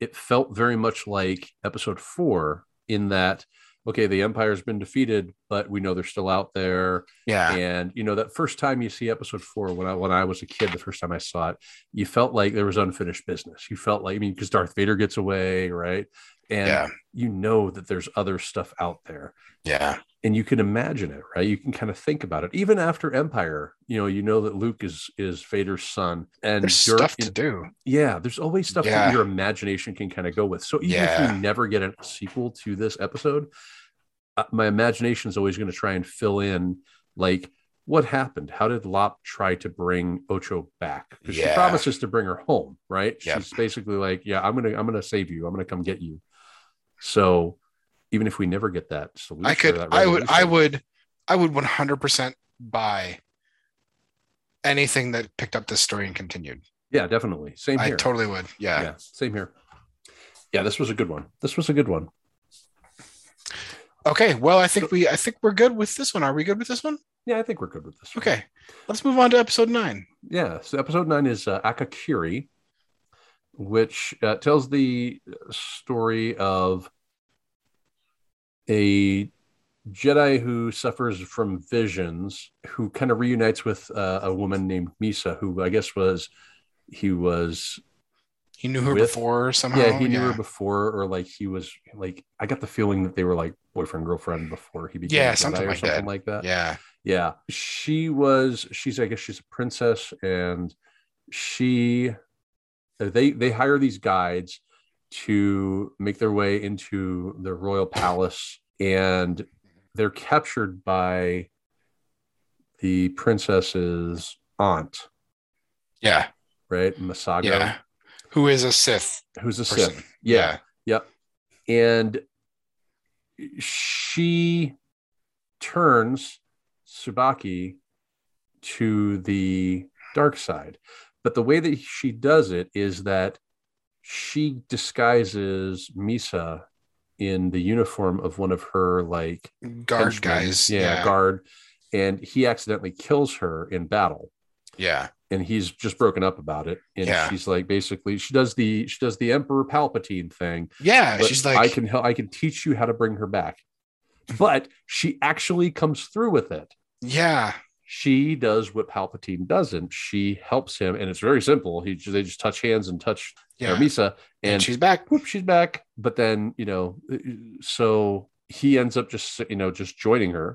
[SPEAKER 1] it felt very much like episode four in that okay, the empire's been defeated, but we know they're still out there.
[SPEAKER 2] yeah
[SPEAKER 1] And you know that first time you see episode four, when I when I was a kid, the first time I saw it, you felt like there was unfinished business. You felt like I mean, because Darth Vader gets away, right? And
[SPEAKER 2] yeah
[SPEAKER 1] you know that there's other stuff out there
[SPEAKER 2] yeah
[SPEAKER 1] and you can imagine it right you can kind of think about it even after empire you know you know that luke is is vader's son and
[SPEAKER 2] there's
[SPEAKER 1] you're-
[SPEAKER 2] stuff to do
[SPEAKER 1] yeah there's always stuff
[SPEAKER 2] Yeah.
[SPEAKER 1] that your imagination can kind of go with so even if
[SPEAKER 2] Yeah.
[SPEAKER 1] you never get a sequel to this episode uh, my imagination is always going to try and fill in like what happened how did lop try to bring ocho back because she
[SPEAKER 2] Yeah.
[SPEAKER 1] promises to bring her home right
[SPEAKER 2] Yep.
[SPEAKER 1] she's basically like yeah i'm gonna i'm gonna save you i'm gonna come get you so even if we never get that solution
[SPEAKER 2] i
[SPEAKER 1] or
[SPEAKER 2] could
[SPEAKER 1] that
[SPEAKER 2] i would i
[SPEAKER 1] resolution-
[SPEAKER 2] would i would 100% buy anything that picked up this story and continued
[SPEAKER 1] yeah definitely same
[SPEAKER 2] i
[SPEAKER 1] here
[SPEAKER 2] totally would yeah.
[SPEAKER 1] yeah same here yeah this was a good one this was a good one
[SPEAKER 2] okay well i think we i think we're good with this one are we good with this one
[SPEAKER 1] yeah i think we're good with this one.
[SPEAKER 2] okay let's move on to episode 9
[SPEAKER 1] Yeah. So episode nine is uh, Akakiri, which uh, tells the story of a Jedi who suffers from visions, who kind of reunites with uh, a woman named Misa, who I guess was he was
[SPEAKER 2] he knew her
[SPEAKER 1] With-
[SPEAKER 2] before somehow
[SPEAKER 1] yeah he knew her before or like he was like I got the feeling that they were like boyfriend girlfriend before he became
[SPEAKER 2] Yeah,
[SPEAKER 1] a Jedi
[SPEAKER 2] something
[SPEAKER 1] or
[SPEAKER 2] like
[SPEAKER 1] something
[SPEAKER 2] that.
[SPEAKER 1] like that
[SPEAKER 2] yeah
[SPEAKER 1] yeah she was she's i guess she's a princess and she uh, they they hire these guides to make their way into the royal palace and they're captured by the princess's aunt
[SPEAKER 2] yeah
[SPEAKER 1] right masago
[SPEAKER 2] yeah who is a sith
[SPEAKER 1] who's a
[SPEAKER 2] person
[SPEAKER 1] sith yeah and she turns Subaki to the dark side. But the way that she does it is that she disguises Misa in the uniform of one of her like
[SPEAKER 2] guard
[SPEAKER 1] henchmen.
[SPEAKER 2] guys
[SPEAKER 1] yeah,
[SPEAKER 2] yeah
[SPEAKER 1] guard, and he accidentally kills her in battle.
[SPEAKER 2] yeah
[SPEAKER 1] And he's just broken up about it. And
[SPEAKER 2] Yeah.
[SPEAKER 1] she's like, basically, she does the she does the Emperor Palpatine thing,
[SPEAKER 2] yeah
[SPEAKER 1] but
[SPEAKER 2] she's like
[SPEAKER 1] I can help. I can teach you how to bring her back. But she actually comes through with it.
[SPEAKER 2] yeah
[SPEAKER 1] She does what Palpatine doesn't. She helps him, and it's very simple. He they just touch hands and touch
[SPEAKER 2] yeah
[SPEAKER 1] uh, Misa,
[SPEAKER 2] and,
[SPEAKER 1] and,
[SPEAKER 2] she's back
[SPEAKER 1] whoop, she's back. But then you know, uh, so he ends up just you know just joining her,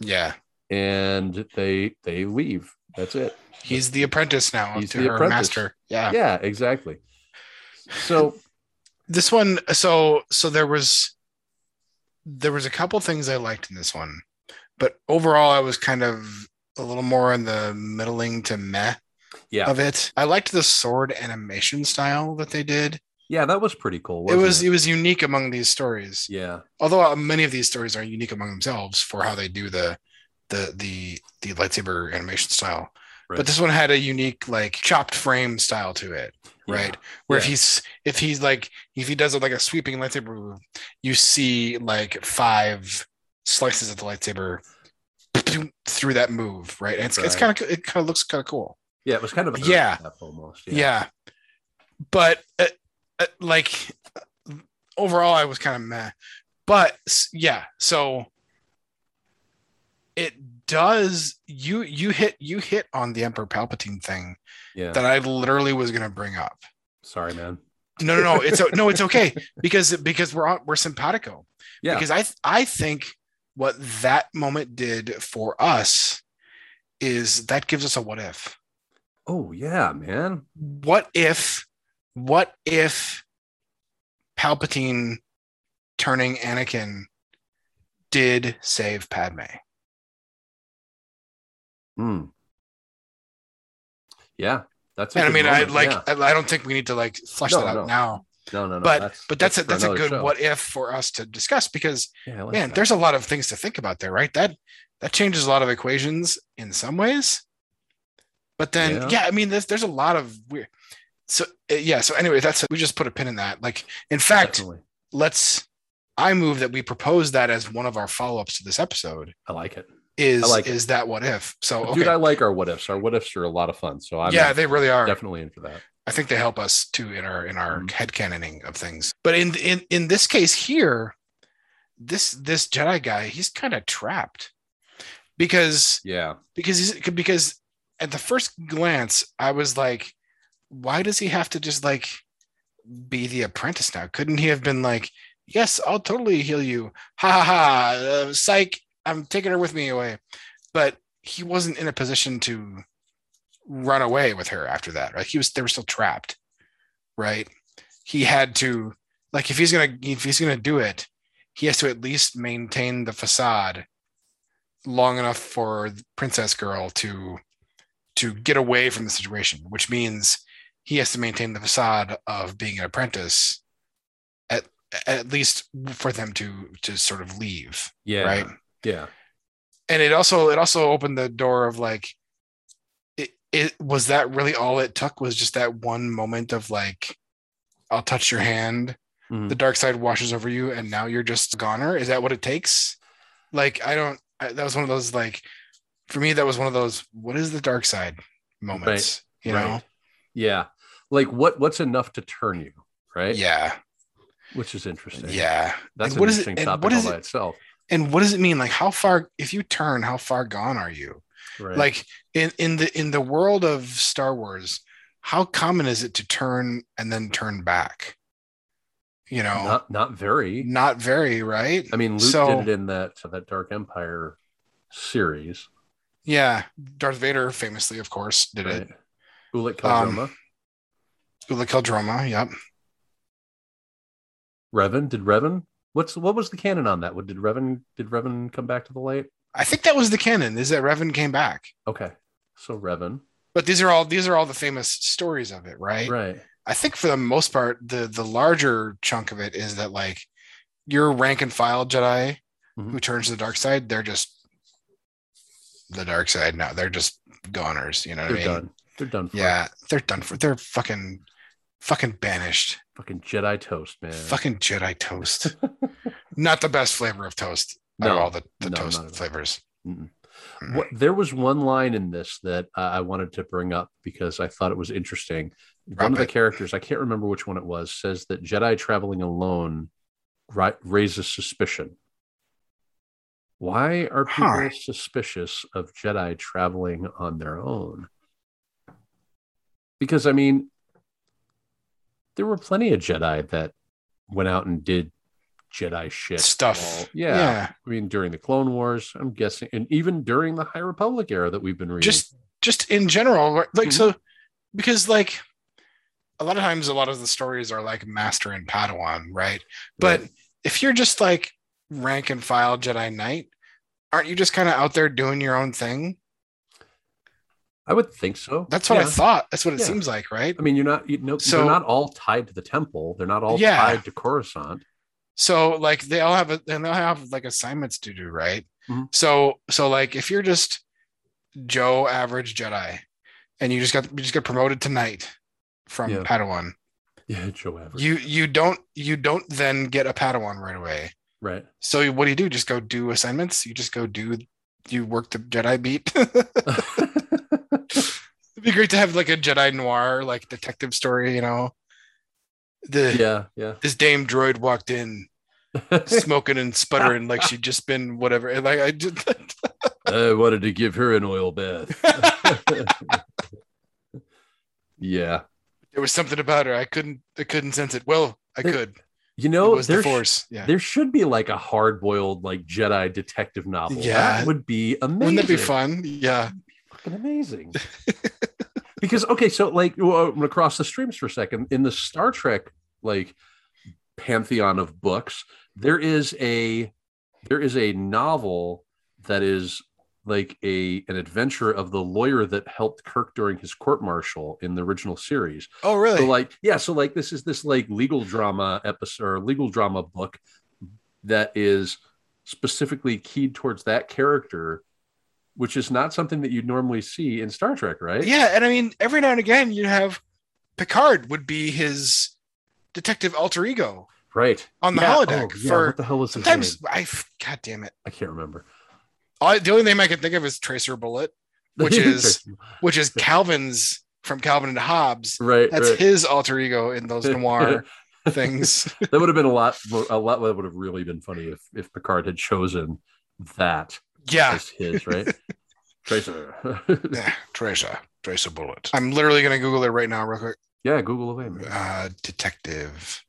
[SPEAKER 2] yeah
[SPEAKER 1] and they they leave. That's it.
[SPEAKER 2] he's the apprentice now
[SPEAKER 1] He's
[SPEAKER 2] to
[SPEAKER 1] the
[SPEAKER 2] her
[SPEAKER 1] apprentice.
[SPEAKER 2] master yeah
[SPEAKER 1] Yeah, exactly. So
[SPEAKER 2] this one so so there was there was a couple things i liked in this one but overall i was kind of a little more in the middling to meh
[SPEAKER 1] Yeah.
[SPEAKER 2] of it i liked the sword animation style that they did
[SPEAKER 1] yeah, that was pretty cool.
[SPEAKER 2] it
[SPEAKER 1] wasn't
[SPEAKER 2] was it was unique among these stories
[SPEAKER 1] yeah,
[SPEAKER 2] although uh, many of these stories are unique among themselves for how they do the the the the lightsaber animation style
[SPEAKER 1] Right.
[SPEAKER 2] but this one had a unique like chopped frame style to it right where if
[SPEAKER 1] Yeah.
[SPEAKER 2] he's if he's like if he does like a sweeping lightsaber move you see like five slices of the lightsaber through that move right and it's, it's kind
[SPEAKER 1] Right.
[SPEAKER 2] of it kind of looks kind of cool
[SPEAKER 1] Yeah, it was kind of an
[SPEAKER 2] Yeah.
[SPEAKER 1] Earth step almost.
[SPEAKER 2] yeah, but uh, uh, like uh, overall i was kind of meh but s- yeah so it does you you hit you hit on the emperor palpatine thing
[SPEAKER 1] yeah.
[SPEAKER 2] that i literally was going to bring up
[SPEAKER 1] Sorry, man.
[SPEAKER 2] no no no it's o- no it's okay because because we're on we're simpatico
[SPEAKER 1] Yeah.
[SPEAKER 2] because i th- i think what that moment did for us is that gives us a what if
[SPEAKER 1] Oh yeah, man.
[SPEAKER 2] what if what if palpatine turning anakin did save padme
[SPEAKER 1] Mm. Yeah, that's. a
[SPEAKER 2] and i
[SPEAKER 1] good
[SPEAKER 2] mean i
[SPEAKER 1] moment,
[SPEAKER 2] like
[SPEAKER 1] yeah.
[SPEAKER 2] I, I don't think we need to like flesh
[SPEAKER 1] No,
[SPEAKER 2] that out
[SPEAKER 1] no.
[SPEAKER 2] now
[SPEAKER 1] No, no, no.
[SPEAKER 2] but but that's a
[SPEAKER 1] for
[SPEAKER 2] that's a
[SPEAKER 1] another
[SPEAKER 2] good
[SPEAKER 1] show.
[SPEAKER 2] what if for us to discuss because
[SPEAKER 1] Yeah, I like
[SPEAKER 2] man
[SPEAKER 1] that.
[SPEAKER 2] there's a lot of things to think about there right that that changes a lot of equations in some ways But then,
[SPEAKER 1] Yeah.
[SPEAKER 2] yeah, I mean, there's, there's a lot of weird. So uh, yeah. So anyway, that's we just put a pin in that. Like, in fact,
[SPEAKER 1] Definitely.
[SPEAKER 2] let's. I move that we propose that as one of our follow ups to this episode.
[SPEAKER 1] I like it.
[SPEAKER 2] Is
[SPEAKER 1] I like it.
[SPEAKER 2] is that what if? So okay.
[SPEAKER 1] Dude, I like our what ifs. Our what ifs are a lot of fun. So I'm
[SPEAKER 2] yeah, they really are.
[SPEAKER 1] definitely in for that.
[SPEAKER 2] I think they help us too in our in our
[SPEAKER 1] Mhm.
[SPEAKER 2] head cannoning of things. But in in in this case here, this this Jedi guy, he's kind of trapped because
[SPEAKER 1] Yeah.
[SPEAKER 2] because he's because at the first glance, I was like, why does he have to just like be the apprentice now? Couldn't he have been like, yes, I'll totally heal you, ha ha ha, uh, psych, I'm taking her with me away. But he wasn't in a position to run away with her after that. Right? He was they were still trapped. Right? He had to like if he's gonna if he's gonna do it, he has to at least maintain the facade long enough for the princess girl to to get away from the situation, which means he has to maintain the facade of being an apprentice at at least for them to to sort of leave.
[SPEAKER 1] Yeah.
[SPEAKER 2] Right
[SPEAKER 1] Yeah.
[SPEAKER 2] and it also it also opened the door of like it, it was that really all it took was just that one moment of like i'll touch your hand
[SPEAKER 1] Mhm.
[SPEAKER 2] the dark side washes over you and now you're just a goner is that what it takes like i don't I, that was one of those like for me that was one of those what is the dark side moments you know
[SPEAKER 1] Right. Yeah. Like what what's enough to turn you, right?
[SPEAKER 2] yeah
[SPEAKER 1] Which is interesting.
[SPEAKER 2] yeah
[SPEAKER 1] That's
[SPEAKER 2] And what
[SPEAKER 1] an
[SPEAKER 2] is it-
[SPEAKER 1] interesting
[SPEAKER 2] and
[SPEAKER 1] topic
[SPEAKER 2] what
[SPEAKER 1] all
[SPEAKER 2] is
[SPEAKER 1] by
[SPEAKER 2] it-
[SPEAKER 1] itself.
[SPEAKER 2] and what does it mean like how far if you turn how far gone are you
[SPEAKER 1] Right.
[SPEAKER 2] like in in the in the world of star wars how common is it to turn and then turn back you know not,
[SPEAKER 1] not not very.
[SPEAKER 2] very right
[SPEAKER 1] I mean, Luke
[SPEAKER 2] So-
[SPEAKER 1] did it in that that Dark Empire series,
[SPEAKER 2] yeah darth vader famously of course did
[SPEAKER 1] right?
[SPEAKER 2] it
[SPEAKER 1] Ulic
[SPEAKER 2] Um,
[SPEAKER 1] Kaldroma.
[SPEAKER 2] ula keldroma yep
[SPEAKER 1] Revan did Revan. What's what was the canon on that? What did Revan did Revan come back to the light?
[SPEAKER 2] i think that was the canon is that revan came back
[SPEAKER 1] Okay, so Revan,
[SPEAKER 2] but these are all these are all the famous stories of it right,
[SPEAKER 1] right?
[SPEAKER 2] i think for the most part the the larger chunk of it is that like your rank and file jedi who
[SPEAKER 1] Mhm.
[SPEAKER 2] turns to the dark side they're just the dark side now they're just goners you know what
[SPEAKER 1] They're
[SPEAKER 2] i mean
[SPEAKER 1] done. They're done. For.
[SPEAKER 2] Yeah, they're done for. They're fucking, fucking banished.
[SPEAKER 1] fucking Jedi toast, man.
[SPEAKER 2] Fucking Jedi toast. not the best flavor of toast. out
[SPEAKER 1] No,
[SPEAKER 2] of all the, the
[SPEAKER 1] no, not at all.
[SPEAKER 2] toast flavors.
[SPEAKER 1] What, there was one line in this that uh, I wanted to bring up because I thought it was interesting. one
[SPEAKER 2] Drop
[SPEAKER 1] of the
[SPEAKER 2] it.
[SPEAKER 1] characters, I can't remember which one it was, says that Jedi traveling alone ri- raises suspicion. Why are people
[SPEAKER 2] Huh.
[SPEAKER 1] suspicious of Jedi traveling on their own? Because, I mean, there were plenty of Jedi that went out and did Jedi shit.
[SPEAKER 2] Stuff.
[SPEAKER 1] yeah. I mean, during the Clone Wars, I'm guessing, and even during the High Republic era that we've been reading.
[SPEAKER 2] Just, just in general, right? like
[SPEAKER 1] Mm-hmm.
[SPEAKER 2] so, because like a lot of times, a lot of the stories are like master and Padawan, right? But
[SPEAKER 1] Right.
[SPEAKER 2] if you're just like rank and file Jedi Knight, aren't you just kind of out there doing your own thing?
[SPEAKER 1] I would think so.
[SPEAKER 2] That's what I
[SPEAKER 1] Yeah.
[SPEAKER 2] thought. That's what it
[SPEAKER 1] Yeah.
[SPEAKER 2] seems like, right?
[SPEAKER 1] I mean, you're not, you know,
[SPEAKER 2] So-
[SPEAKER 1] they're not all tied to the temple. They're not all
[SPEAKER 2] Yeah.
[SPEAKER 1] tied to Coruscant.
[SPEAKER 2] so like they all have a, and they'll have like assignments to do right
[SPEAKER 1] Mhm.
[SPEAKER 2] so so like if you're just joe average jedi and you just got you just got promoted tonight from
[SPEAKER 1] Yeah.
[SPEAKER 2] padawan
[SPEAKER 1] Yeah, Joe Average.
[SPEAKER 2] you you don't you don't then get a padawan right away
[SPEAKER 1] right.
[SPEAKER 2] so what do you do just go do assignments you just go do you work the jedi beat it'd be great to have like a jedi noir like detective story you know the
[SPEAKER 1] yeah, yeah.
[SPEAKER 2] this dame droid walked in smoking and sputtering like she'd just been whatever. And like I did,
[SPEAKER 1] I wanted to give her an oil bath. yeah.
[SPEAKER 2] there was something about her. I couldn't, I couldn't sense it. Well, I could.
[SPEAKER 1] You
[SPEAKER 2] it
[SPEAKER 1] know,
[SPEAKER 2] was the
[SPEAKER 1] there's,
[SPEAKER 2] force. Yeah.
[SPEAKER 1] there should be like a hard boiled, like Jedi detective novel.
[SPEAKER 2] Yeah.
[SPEAKER 1] That would be amazing.
[SPEAKER 2] Wouldn't that be fun? Yeah.
[SPEAKER 1] fucking amazing. because okay, so like well, I'm gonna cross the streams for a second. In the Star Trek like pantheon of books, there is a there is a novel that is like a an adventure of the lawyer that helped Kirk during his court martial in the original series.
[SPEAKER 2] Oh, really?
[SPEAKER 1] So like yeah, so like this is this like legal drama episode or legal drama book that is specifically keyed towards that character which is not something that you'd normally see in Star Trek, right?
[SPEAKER 2] Yeah, and I mean, every now and again, you have Picard would be his detective alter ego
[SPEAKER 1] Right.
[SPEAKER 2] on the
[SPEAKER 1] Yeah,
[SPEAKER 2] holodeck
[SPEAKER 1] oh, yeah,
[SPEAKER 2] for
[SPEAKER 1] what the hell was his
[SPEAKER 2] sometimes.
[SPEAKER 1] name?
[SPEAKER 2] I f- god damn it!
[SPEAKER 1] I can't remember.
[SPEAKER 2] All, the only name I can think of is Tracer Bullet, Which is- which is Calvin's from Calvin and Hobbes.
[SPEAKER 1] right.
[SPEAKER 2] That's
[SPEAKER 1] right.
[SPEAKER 2] his alter ego in those noir things.
[SPEAKER 1] that would have been a lot. more- A lot that would have really been funny if if Picard had chosen that
[SPEAKER 2] Yeah,
[SPEAKER 1] as his right. Tracer.
[SPEAKER 2] yeah, Tracer, Tracer Bullet. I'm literally gonna Google it right now, real quick.
[SPEAKER 1] yeah, Google away. man.
[SPEAKER 2] Uh, detective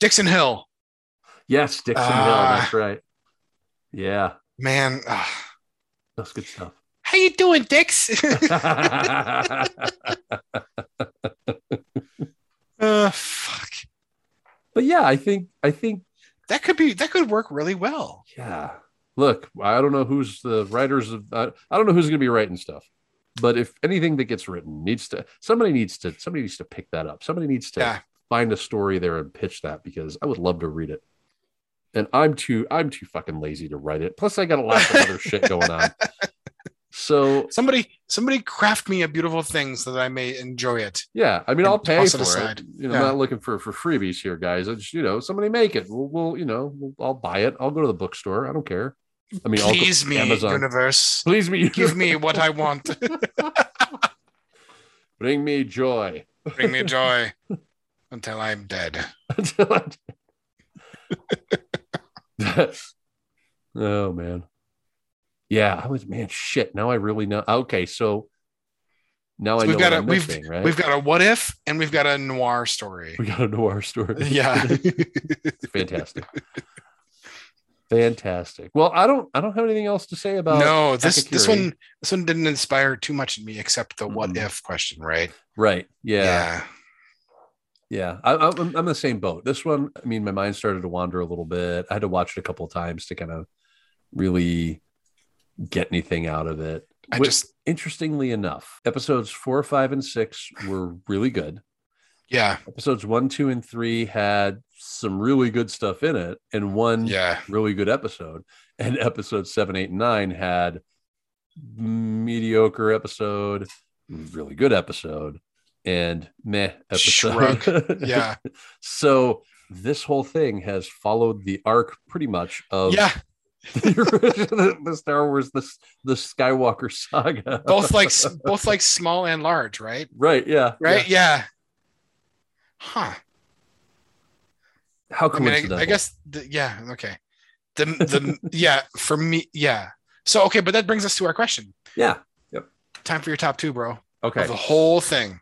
[SPEAKER 2] Dixon Hill.
[SPEAKER 1] Yes, Dixon Hill.
[SPEAKER 2] Ah.
[SPEAKER 1] That's right. Yeah,
[SPEAKER 2] Man, ah.
[SPEAKER 1] that's good stuff.
[SPEAKER 2] how you doing, Dix?
[SPEAKER 1] but
[SPEAKER 2] uh, fuck.
[SPEAKER 1] yeah, I think I think
[SPEAKER 2] That could be that could work really well.
[SPEAKER 1] yeah. Look, I don't know who's the writers of. I I don't know who's going to be writing stuff. But if anything that gets written needs to, somebody needs to, somebody needs to pick that up. Somebody needs to
[SPEAKER 2] Yeah.
[SPEAKER 1] find a story there and pitch that because I would love to read it. And I'm too, I'm too fucking lazy to write it. Plus, I got a lot of other shit going on. So
[SPEAKER 2] Somebody somebody craft me a beautiful thing so that I may enjoy it.
[SPEAKER 1] Yeah, I mean,
[SPEAKER 2] and
[SPEAKER 1] I'll pay
[SPEAKER 2] toss
[SPEAKER 1] for
[SPEAKER 2] it
[SPEAKER 1] it.
[SPEAKER 2] aside.
[SPEAKER 1] You know,
[SPEAKER 2] Yeah.
[SPEAKER 1] I'm not looking for for freebies here, guys. I just, you know, somebody make it. We'll, we'll you know, we'll, I'll buy it. I'll go to the bookstore. I don't care. I mean, I'll go-
[SPEAKER 2] Please me,
[SPEAKER 1] Amazon.
[SPEAKER 2] universe.
[SPEAKER 1] please me,
[SPEAKER 2] Give me what I want.
[SPEAKER 1] bring me joy.
[SPEAKER 2] Bring me joy until I'm dead.
[SPEAKER 1] Until I- oh man, yeah, I was man. Shit, now I really know. Okay, so now
[SPEAKER 2] So
[SPEAKER 1] I
[SPEAKER 2] we've
[SPEAKER 1] know
[SPEAKER 2] got
[SPEAKER 1] what
[SPEAKER 2] a-
[SPEAKER 1] I'm
[SPEAKER 2] we've-
[SPEAKER 1] missing, right?
[SPEAKER 2] We've got a what if and we've got a noir story.
[SPEAKER 1] we got a noir story.
[SPEAKER 2] Yeah.
[SPEAKER 1] fantastic fantastic well i don't i don't have anything else to say about
[SPEAKER 2] no, this this
[SPEAKER 1] Akakiri.
[SPEAKER 2] one this one didn't inspire too much in me except the what
[SPEAKER 1] Mm-mm.
[SPEAKER 2] if question, right?
[SPEAKER 1] right yeah yeah, I, I, I'm, I'm the same boat this one i mean my mind started to wander a little bit i had to watch it a couple of times to kind of really get anything out of it
[SPEAKER 2] I
[SPEAKER 1] Which-
[SPEAKER 2] just
[SPEAKER 1] interestingly enough episodes four five and six were really good
[SPEAKER 2] yeah,
[SPEAKER 1] episodes one two and three had some really good stuff in it and one
[SPEAKER 2] yeah.
[SPEAKER 1] really good episode. And episode seven, eight, and nine had mediocre episode, really good episode, and meh episode.
[SPEAKER 2] Yeah.
[SPEAKER 1] so this whole thing has followed the arc pretty much of
[SPEAKER 2] Yeah.
[SPEAKER 1] the, original- the Star Wars, the, the Skywalker saga.
[SPEAKER 2] both like s- both like small and large, right?
[SPEAKER 1] Right. Yeah.
[SPEAKER 2] Right? Yeah. Huh.
[SPEAKER 1] yeah. How
[SPEAKER 2] I mean, I-
[SPEAKER 1] coincidental.
[SPEAKER 2] I, guess. The, yeah. Okay. The the yeah for me yeah. So okay, but that brings us to our question.
[SPEAKER 1] Yeah.
[SPEAKER 2] Time for your top two, bro.
[SPEAKER 1] Okay.
[SPEAKER 2] Of the whole thing.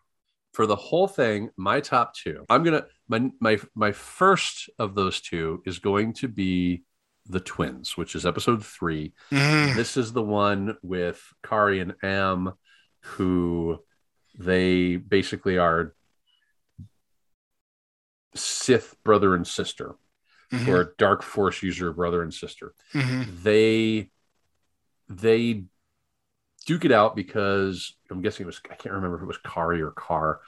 [SPEAKER 1] for the whole thing, my top two. I'm gonna my my my first of those two is going to be the twins, which is episode three.
[SPEAKER 2] Mhm.
[SPEAKER 1] This is the one with Kari and Am, who they basically are Sith brother and sister,
[SPEAKER 2] Mhm.
[SPEAKER 1] or Dark Force user brother and sister
[SPEAKER 2] Mhm.
[SPEAKER 1] they they duke it out because I'm guessing it was I can't remember if it was Kari or Carr,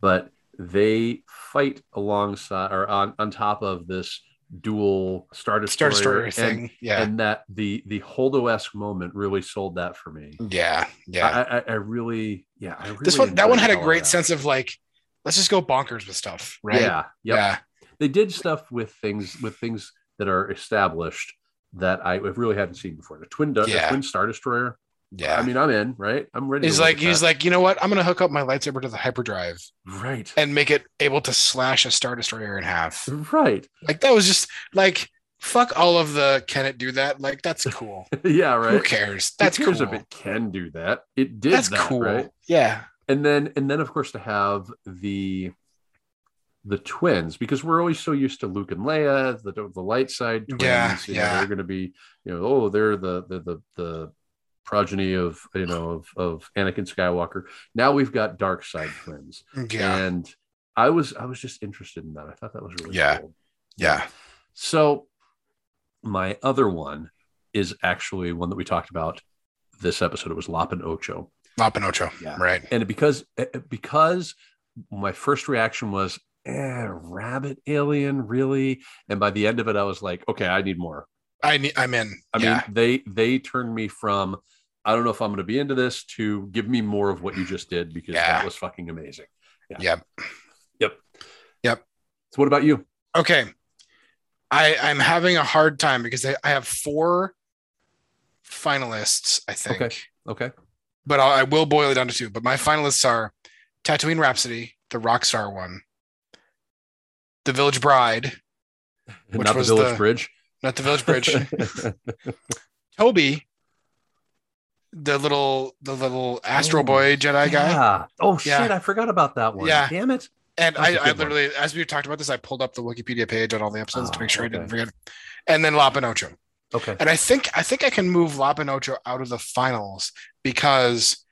[SPEAKER 1] but they fight alongside or on, on top of this dual Star Destroyer,
[SPEAKER 2] Start story
[SPEAKER 1] and,
[SPEAKER 2] thing. yeah.
[SPEAKER 1] and that the the Holdo esque moment really sold that for me.
[SPEAKER 2] yeah. Yeah.
[SPEAKER 1] I, I, I really yeah. I really
[SPEAKER 2] this one that one
[SPEAKER 1] enjoyed
[SPEAKER 2] had a
[SPEAKER 1] all of
[SPEAKER 2] great
[SPEAKER 1] that.
[SPEAKER 2] sense of like, let's just go bonkers with stuff, right?
[SPEAKER 1] Yeah, yep.
[SPEAKER 2] Yeah.
[SPEAKER 1] They did stuff with things with things that are established that I really hadn't seen before. The twin the
[SPEAKER 2] Yeah.
[SPEAKER 1] twin Star Destroyer
[SPEAKER 2] Yeah.
[SPEAKER 1] I mean, I'm in, right? I'm ready.
[SPEAKER 2] he's
[SPEAKER 1] to look
[SPEAKER 2] like
[SPEAKER 1] at
[SPEAKER 2] he's
[SPEAKER 1] that.
[SPEAKER 2] like, you know what? I'm gonna hook up my lightsaber to the hyperdrive
[SPEAKER 1] right,
[SPEAKER 2] and make it able to slash a star destroyer in half.
[SPEAKER 1] right,
[SPEAKER 2] Like that was just like fuck all of the can it do that? Like that's cool.
[SPEAKER 1] yeah, right.
[SPEAKER 2] Who cares? That's
[SPEAKER 1] Who
[SPEAKER 2] cool.
[SPEAKER 1] cares if it can do that. It did
[SPEAKER 2] That's
[SPEAKER 1] that,
[SPEAKER 2] cool.
[SPEAKER 1] right?
[SPEAKER 2] Yeah.
[SPEAKER 1] And then, and then, of course, to have the the twins because we're always so used to Luke and Leia, the the light side twins.
[SPEAKER 2] Yeah,
[SPEAKER 1] you know,
[SPEAKER 2] yeah.
[SPEAKER 1] they're going to be, you know, oh, they're the the the, the progeny of you know of, of Anakin Skywalker. Now we've got dark side twins,
[SPEAKER 2] Yeah.
[SPEAKER 1] and I was I was just interested in that. I thought that was really
[SPEAKER 2] Yeah.
[SPEAKER 1] cool.
[SPEAKER 2] Yeah.
[SPEAKER 1] So, my other one is actually one that we talked about this episode. It was Lopin Ocho,
[SPEAKER 2] Lapinocho.
[SPEAKER 1] Yeah.
[SPEAKER 2] Right.
[SPEAKER 1] and because eh, because my first reaction was eh, rabbit alien, really, and by the end of it, I was like, okay, I need more.
[SPEAKER 2] I need, I'm in.
[SPEAKER 1] I
[SPEAKER 2] yeah.
[SPEAKER 1] mean, they they turned me from I don't know if I'm going to be into this to give me more of what you just did because
[SPEAKER 2] Yeah.
[SPEAKER 1] that was fucking amazing. yeah.
[SPEAKER 2] Yep.
[SPEAKER 1] Yep.
[SPEAKER 2] Yep.
[SPEAKER 1] So what about you?
[SPEAKER 2] Okay. I I'm having a hard time because I, I have four finalists, I think.
[SPEAKER 1] Okay. Okay.
[SPEAKER 2] But I'll, I will boil it down to two. But my finalists are Tatooine Rhapsody, the Rockstar one, The Village Bride, Which
[SPEAKER 1] Not the
[SPEAKER 2] was
[SPEAKER 1] village
[SPEAKER 2] the-
[SPEAKER 1] bridge.
[SPEAKER 2] not The Village Bridge, Toby, the little the little Astro
[SPEAKER 1] Oh,
[SPEAKER 2] Boy Jedi guy.
[SPEAKER 1] Yeah. Oh
[SPEAKER 2] Yeah.
[SPEAKER 1] shit! I forgot about that one.
[SPEAKER 2] Yeah.
[SPEAKER 1] Damn it.
[SPEAKER 2] And
[SPEAKER 1] That's
[SPEAKER 2] I,
[SPEAKER 1] a
[SPEAKER 2] I
[SPEAKER 1] good one.
[SPEAKER 2] literally, as we talked about this, I pulled up the Wikipedia page on all the episodes to
[SPEAKER 1] Oh,
[SPEAKER 2] make sure I didn't
[SPEAKER 1] okay.
[SPEAKER 2] forget. And then La Pinocho.
[SPEAKER 1] Okay.
[SPEAKER 2] And I think I think I can move La Pinocho out of the finals because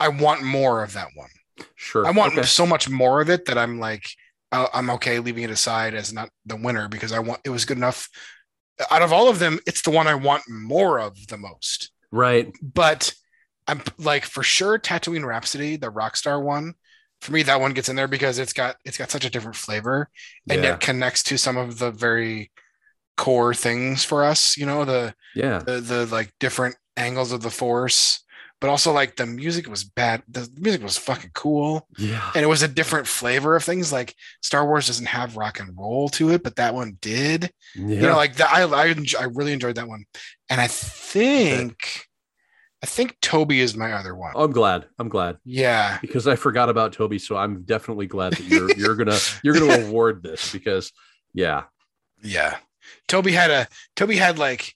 [SPEAKER 2] I want more of that one.
[SPEAKER 1] Sure.
[SPEAKER 2] I want
[SPEAKER 1] Okay.
[SPEAKER 2] so much more of it that I'm like, I- I'm okay leaving it aside as not the winner because I want it was good enough. Out of all of them, it's the one I want more of the most.
[SPEAKER 1] Right.
[SPEAKER 2] But I'm p- like for sure Tatooine Rhapsody, the Rockstar one. For me, that one gets in there because it's got it's got such a different flavor and
[SPEAKER 1] yeah.
[SPEAKER 2] it connects to some of the very core things for us. You know the
[SPEAKER 1] yeah.
[SPEAKER 2] the the like different angles of the force but also like the music was bad the music was fucking cool
[SPEAKER 1] Yeah.
[SPEAKER 2] and it was a different flavor of things like star wars doesn't have rock and roll to it but that one did
[SPEAKER 1] Yeah.
[SPEAKER 2] you know like that i I, enj- I really enjoyed that one and i think i think toby is my other one.
[SPEAKER 1] I'm glad. I'm glad
[SPEAKER 2] yeah
[SPEAKER 1] because I forgot about Toby, so I'm definitely glad that you're you're gonna you're gonna award this because yeah.
[SPEAKER 2] yeah toby had a toby had like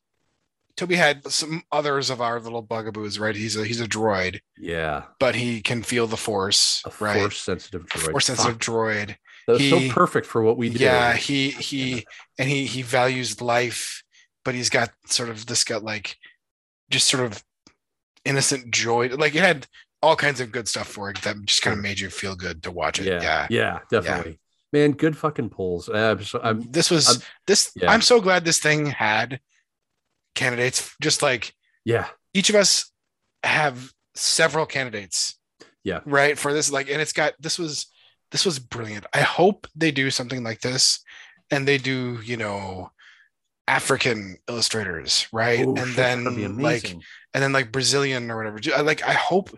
[SPEAKER 2] toby had some others of our little bugaboos right he's a he's a droid
[SPEAKER 1] Yeah.
[SPEAKER 2] but he can feel the force
[SPEAKER 1] A
[SPEAKER 2] right
[SPEAKER 1] force sensitive droid.
[SPEAKER 2] force sensitive
[SPEAKER 1] Fuck,
[SPEAKER 2] droid
[SPEAKER 1] That was
[SPEAKER 2] He-
[SPEAKER 1] so perfect for what we do.
[SPEAKER 2] yeah he he and he he values life but he's got sort of this got like just sort of innocent joy like it had all kinds of good stuff for it that just kind of made you feel good to watch it
[SPEAKER 1] Yeah.
[SPEAKER 2] yeah,
[SPEAKER 1] Yeah. definitely. Man, good fucking polls. I'm so, I'm
[SPEAKER 2] this was
[SPEAKER 1] I'm-
[SPEAKER 2] this
[SPEAKER 1] Um, yeah.
[SPEAKER 2] i'm so glad this thing had candidates just like
[SPEAKER 1] yeah.
[SPEAKER 2] each of us have several candidates
[SPEAKER 1] Yeah.
[SPEAKER 2] right for this like and it's got this was this was brilliant i hope they do something like this and they do you know african illustrators right
[SPEAKER 1] Oh,
[SPEAKER 2] and
[SPEAKER 1] shit, that'd be
[SPEAKER 2] then like
[SPEAKER 1] amazing.
[SPEAKER 2] and then like brazilian or whatever I, like i hope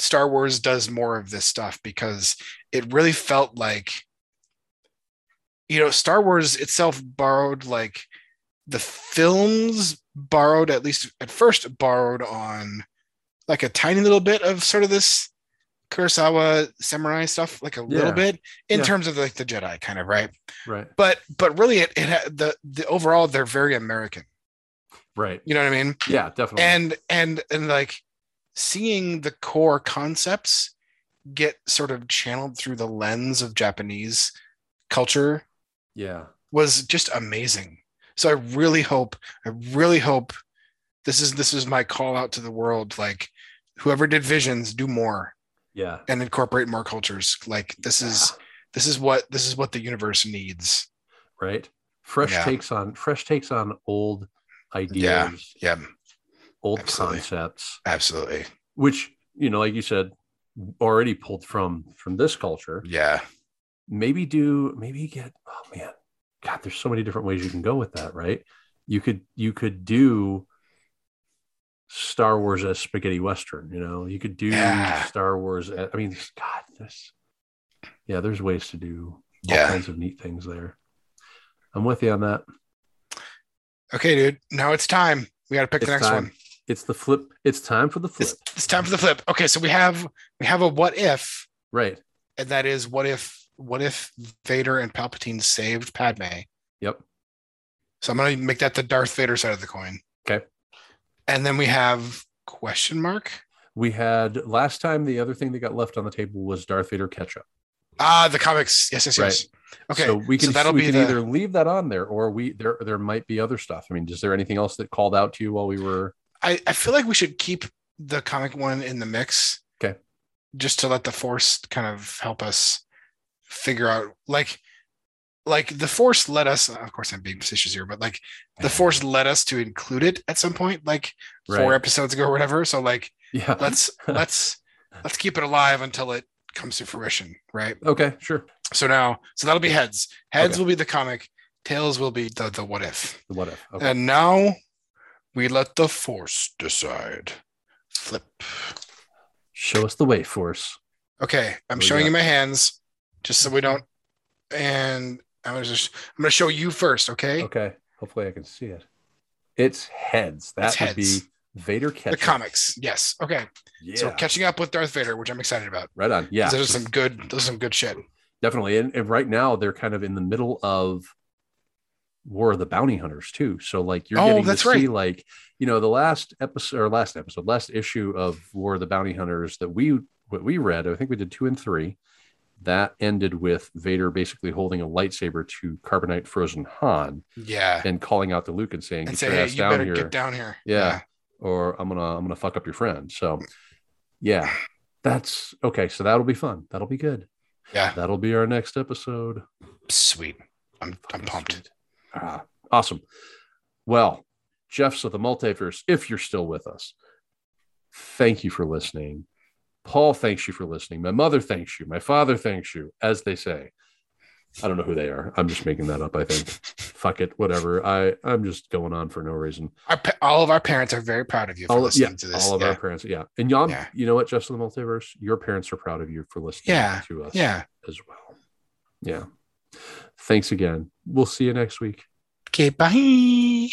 [SPEAKER 2] star wars does more of this stuff because it really felt like you know star wars itself borrowed like the films borrowed at least at first borrowed on like a tiny little bit of sort of this kurosawa samurai stuff like a
[SPEAKER 1] Yeah.
[SPEAKER 2] little bit in
[SPEAKER 1] Yeah.
[SPEAKER 2] terms of like the jedi kind of right
[SPEAKER 1] right,
[SPEAKER 2] but but really it, it had the the overall they're very american
[SPEAKER 1] right,
[SPEAKER 2] you know what i mean
[SPEAKER 1] yeah, definitely,
[SPEAKER 2] and and and like seeing the core concepts get sort of channeled through the lens of japanese culture
[SPEAKER 1] yeah,
[SPEAKER 2] was just amazing so i really hope i really hope this is this is my call out to the world like whoever did visions do more
[SPEAKER 1] yeah.
[SPEAKER 2] and incorporate more cultures like this is this is what this is what the universe needs
[SPEAKER 1] Yeah, right. Fresh
[SPEAKER 2] Yeah.
[SPEAKER 1] takes on fresh takes on old ideas,
[SPEAKER 2] yeah
[SPEAKER 1] old
[SPEAKER 2] absolutely.
[SPEAKER 1] concepts,
[SPEAKER 2] absolutely
[SPEAKER 1] which you know, like you said, already pulled from from this culture.
[SPEAKER 2] yeah
[SPEAKER 1] Maybe do maybe get oh man, God, there's so many different ways you can go with that, right? You could you could do Star Wars as spaghetti western, you know. You could do
[SPEAKER 2] Yeah.
[SPEAKER 1] Star Wars. As, I mean, God, this. Yeah, there's ways to do all kinds of neat things there. I'm with you on that.
[SPEAKER 2] okay dude now it's time we got to pick
[SPEAKER 1] It's
[SPEAKER 2] the next
[SPEAKER 1] time.
[SPEAKER 2] one
[SPEAKER 1] It's the flip. It's time for the flip.
[SPEAKER 2] It's, it's time for the flip. Okay, so we have we have a what if,
[SPEAKER 1] right.
[SPEAKER 2] and that is what if what if Vader and Palpatine saved Padme?
[SPEAKER 1] Yep.
[SPEAKER 2] So I'm gonna make that the Darth Vader side of the coin.
[SPEAKER 1] Okay.
[SPEAKER 2] And then we have question mark.
[SPEAKER 1] We had last time the other thing that got left on the table was Darth Vader ketchup.
[SPEAKER 2] Ah, the comics. Yes, yes, yes. Okay.
[SPEAKER 1] So we can
[SPEAKER 2] that'll
[SPEAKER 1] we
[SPEAKER 2] be
[SPEAKER 1] can
[SPEAKER 2] the-
[SPEAKER 1] either leave that on there or we there there might be other stuff. I mean, is there anything else that called out to you while we were
[SPEAKER 2] I, I feel like we should keep the comic one in the mix.
[SPEAKER 1] Okay.
[SPEAKER 2] Just to let the force kind of help us figure out like like the force led us of course I'm being facetious here, but like the force led us to include it at some point, like four
[SPEAKER 1] Right.
[SPEAKER 2] episodes ago or whatever. So like
[SPEAKER 1] Yeah.
[SPEAKER 2] let's let's let's keep it alive until it comes to fruition, right?
[SPEAKER 1] okay, sure.
[SPEAKER 2] So now so that'll be heads. Heads
[SPEAKER 1] Okay.
[SPEAKER 2] will be the comic, Tails will be the, the what if.
[SPEAKER 1] What if? Okay.
[SPEAKER 2] And now we let the force decide. Flip.
[SPEAKER 1] Show us the way, Force.
[SPEAKER 2] Okay, I'm
[SPEAKER 1] Oh,
[SPEAKER 2] showing
[SPEAKER 1] yeah.
[SPEAKER 2] you my hands, just so we don't. And I'm gonna just I'm gonna show you first, okay?
[SPEAKER 1] Okay. Hopefully, I can see it. It's heads. That
[SPEAKER 2] It's
[SPEAKER 1] would
[SPEAKER 2] heads.
[SPEAKER 1] be Vader
[SPEAKER 2] The
[SPEAKER 1] catching.
[SPEAKER 2] comics, yes. Okay,
[SPEAKER 1] Yeah.
[SPEAKER 2] so we're catching up with Darth Vader, which I'm excited about.
[SPEAKER 1] right on. Yeah.
[SPEAKER 2] 'cause There's some good, there's some good shit.
[SPEAKER 1] definitely and, and right now they're kind of in the middle of war of the bounty hunters too so like you're
[SPEAKER 2] Oh,
[SPEAKER 1] getting
[SPEAKER 2] that's
[SPEAKER 1] to see like you know the last episode or last episode last issue of war of the bounty hunters that we what we read i think we did two and three that ended with vader basically holding a lightsaber to carbonite frozen han
[SPEAKER 2] Yeah,
[SPEAKER 1] and calling out to luke and saying
[SPEAKER 2] and
[SPEAKER 1] get
[SPEAKER 2] say,
[SPEAKER 1] your
[SPEAKER 2] hey,
[SPEAKER 1] ass
[SPEAKER 2] you
[SPEAKER 1] down
[SPEAKER 2] better
[SPEAKER 1] here
[SPEAKER 2] get down here.
[SPEAKER 1] Yeah. or i'm gonna i'm gonna fuck up your friend so yeah that's okay so that'll be fun that'll be good
[SPEAKER 2] Yeah.
[SPEAKER 1] that'll be our next episode
[SPEAKER 2] Yeah. sweet. I'm I'm
[SPEAKER 1] Fucking
[SPEAKER 2] pumped.
[SPEAKER 1] sweet. Ah, awesome. Well, Jeff's of the multiverse, if you're still with us, thank you for listening. Paul thanks you for listening. My mother thanks you. My father thanks you, as they say. I don't know who they are. I'm just making that up. I think. Fuck it. Whatever. I I'm just going on for no reason.
[SPEAKER 2] Our pa- all of our parents are very proud of you for
[SPEAKER 1] All, yeah,
[SPEAKER 2] listening to this.
[SPEAKER 1] all of
[SPEAKER 2] yeah.
[SPEAKER 1] our parents. Yeah. And y'all,
[SPEAKER 2] Yeah.
[SPEAKER 1] you know what, Jeff's of the multiverse, your parents are proud of you for listening
[SPEAKER 2] Yeah.
[SPEAKER 1] to us
[SPEAKER 2] yeah.
[SPEAKER 1] as well. Yeah. Thanks again. We'll see you next week.
[SPEAKER 2] Okay. Bye.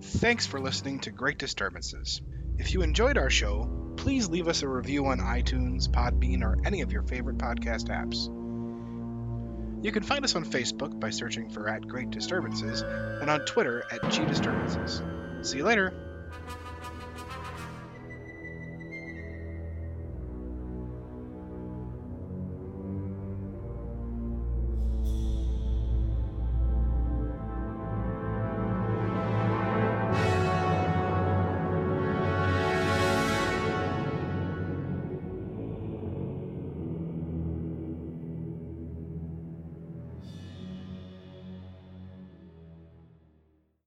[SPEAKER 2] Thanks for listening to Great Disturbances. If you enjoyed our show, please leave us a review on iTunes, Podbean, or any of your favorite podcast apps. You can find us on Facebook by searching for at Great Disturbances and on Twitter at G Disturbances. See you later.